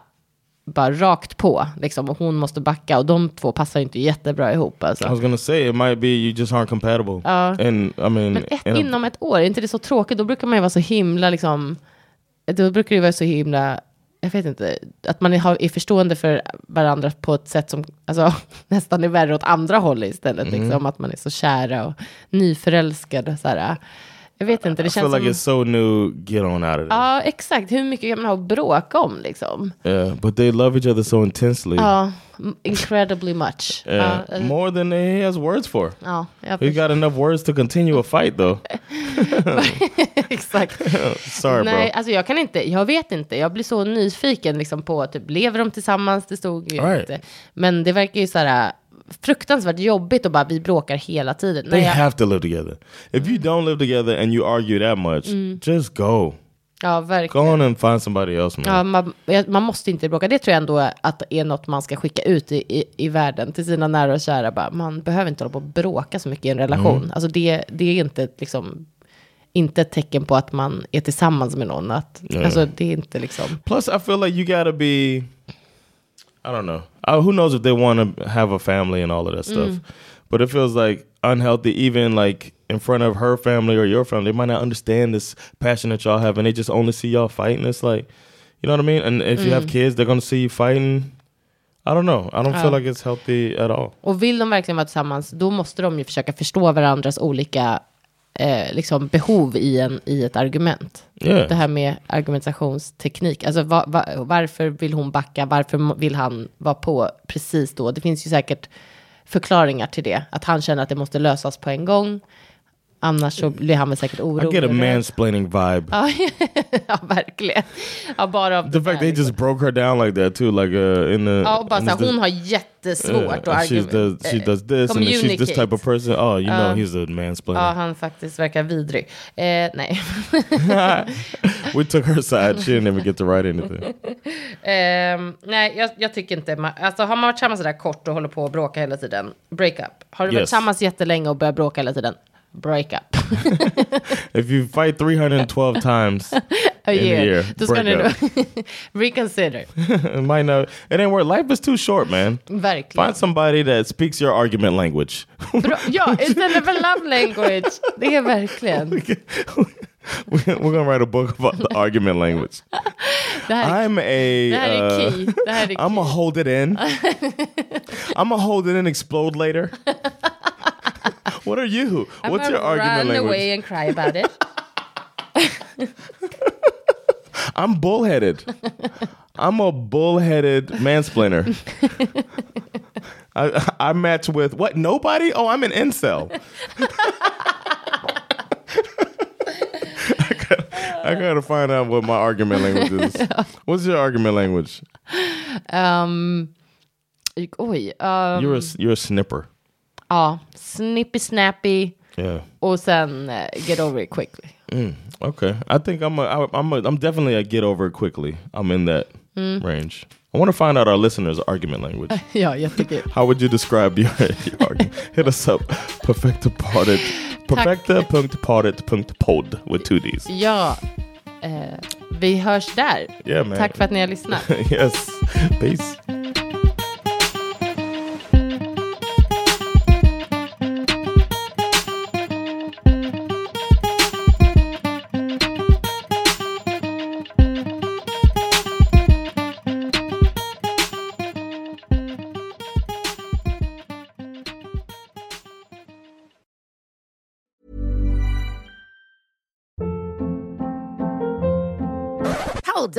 Speaker 2: bara rakt på, liksom, och hon måste backa. Och de två passar ju inte jättebra ihop.
Speaker 3: I was
Speaker 2: Alltså.
Speaker 3: gonna say it might be you just aren't compatible. and I mean,
Speaker 2: Men ett,
Speaker 3: and-
Speaker 2: inom ett år, är inte det så tråkigt? Då brukar man ju vara så himla, liksom, då brukar det vara så himla, jag vet inte, att man är, har- är förstående för varandra på ett sätt som alltså, nästan är värre åt andra hållet istället.
Speaker 3: Mm.
Speaker 2: Liksom, att man är så kära och nyförälskad. Och så här. Jag vet inte, det
Speaker 3: I feel
Speaker 2: känns
Speaker 3: Alltså, like
Speaker 2: som...
Speaker 3: it's so new. Get on out of there.
Speaker 2: Ja, exakt. Hur mycket kan man ha att bråka om liksom?
Speaker 3: yeah, but they love each other so intensely.
Speaker 2: Ja, m- incredibly much.
Speaker 3: Yeah.
Speaker 2: Ja, eh,
Speaker 3: more than he has words for.
Speaker 2: ja, jag
Speaker 3: He got enough words to continue a fight, though.
Speaker 2: exakt.
Speaker 3: Sorry,
Speaker 2: Nej,
Speaker 3: bro.
Speaker 2: alltså jag kan inte, jag vet inte. Jag blir så nyfiken liksom på, typ, lever de tillsammans? Det stod ju
Speaker 3: All right.
Speaker 2: inte. Men det verkar ju så här fruktansvärt jobbigt och bara vi bråkar hela tiden.
Speaker 3: They
Speaker 2: Nej, jag,
Speaker 3: have to live together. If you don't live together and you argue that much, just go.
Speaker 2: ja,
Speaker 3: Go
Speaker 2: verkligen.
Speaker 3: on and find somebody else, man.
Speaker 2: Ja, man, jag- man måste inte bråka. Det tror jag ändå att är något man ska skicka ut i, i, i världen till sina nära och kära. Bara, man behöver inte hålla på och bråka så mycket i en relation. Alltså det, det är inte ett, liksom, inte ett tecken på att man är tillsammans med någon. Att, Alltså det är inte liksom...
Speaker 3: Plus, I feel like you gotta be. I don't know. Uh, who knows if they want to have a family and all of that stuff? But it feels like unhealthy, even like in front of her family or your family. They might not understand this passion that y'all have, and they just only see y'all fighting. It's like, you know what I mean? And if you have kids, they're gonna see you fighting. I don't know. I don't feel like it's healthy at all.
Speaker 2: Och vill de verkligen vara tillsammans, då måste de ju försöka förstå varandras olika eh, liksom behov i, en, i ett argument.
Speaker 3: Yeah.
Speaker 2: Det här med argumentationsteknik. Alltså va, va, varför vill hon backa? Varför vill han vara på precis då? Det finns ju säkert förklaringar till det. Att han känner att det måste lösas på en gång. Annars så blir han väl säkert
Speaker 3: I
Speaker 2: orolig.
Speaker 3: get a
Speaker 2: över det.
Speaker 3: mansplaining vibe.
Speaker 2: Ja, ja, verkligen. Ja, bara av
Speaker 3: the
Speaker 2: det där,
Speaker 3: fact they
Speaker 2: liksom.
Speaker 3: just broke her down like that too, like uh, in the.
Speaker 2: Ja, och bara
Speaker 3: in
Speaker 2: så här,
Speaker 3: this-
Speaker 2: hon har jättesvårt
Speaker 3: Yeah,
Speaker 2: att
Speaker 3: and she's
Speaker 2: argumentera.
Speaker 3: the, she does this and then she's this type of person. Oh, you know, he's a
Speaker 2: Ja,
Speaker 3: mansplainer.
Speaker 2: han faktiskt verkar vidrig. Eh, nej.
Speaker 3: we took her side. She didn't even get to write anything.
Speaker 2: Ehm, nej, jag, jag tycker inte man, alltså har man varit tillsammans sådär kort och håller på att bråka hela tiden, break up. Har du varit
Speaker 3: Yes.
Speaker 2: tillsammans jättelänge och börjat bråka hela tiden, break up.
Speaker 3: If you fight 312 times
Speaker 2: A
Speaker 3: in a
Speaker 2: year.
Speaker 3: year,
Speaker 2: Oh, Då ska
Speaker 3: break
Speaker 2: ni
Speaker 3: up.
Speaker 2: då reconsider.
Speaker 3: it might not. It ain't worth. Life is too short, man.
Speaker 2: Verkligen.
Speaker 3: Find somebody that speaks your argument language.
Speaker 2: Bra, ja, istället för love language. Det är verkligen.
Speaker 3: We're gonna write a book about the argument language.
Speaker 2: Det här,
Speaker 3: I'm a.
Speaker 2: det här är
Speaker 3: uh,
Speaker 2: key. Det här är
Speaker 3: I'm
Speaker 2: key.
Speaker 3: gonna hold it in. I'm gonna hold it in. Explode later. what are you? What's
Speaker 2: I'ma
Speaker 3: your argument
Speaker 2: run
Speaker 3: language?
Speaker 2: away and cry about it.
Speaker 3: I'm bullheaded. I'm a bullheaded mansplainer. I, I match with what? Nobody? Oh, I'm an incel. I gotta find out what my argument language is. What's your argument language?
Speaker 2: Um, oj. Um,
Speaker 3: You're a you're a snipper.
Speaker 2: ja, snippy snappy
Speaker 3: Yeah.
Speaker 2: och sen eh, get over it quickly.
Speaker 3: Okay. I think I'm a I, I'm a I'm definitely a get over it quickly. I'm in that range. I want to find out our listeners' argument language.
Speaker 2: Ja, jättekul.
Speaker 3: How would you describe your, your argument? Hit us up. Perfecta parted. Perfecta.parted.pod with two D's.
Speaker 2: Ja, eh, vi hörs där.
Speaker 3: Yeah, man.
Speaker 2: Tack för att ni har lyssnat.
Speaker 3: yes. Peace.
Speaker 5: Hold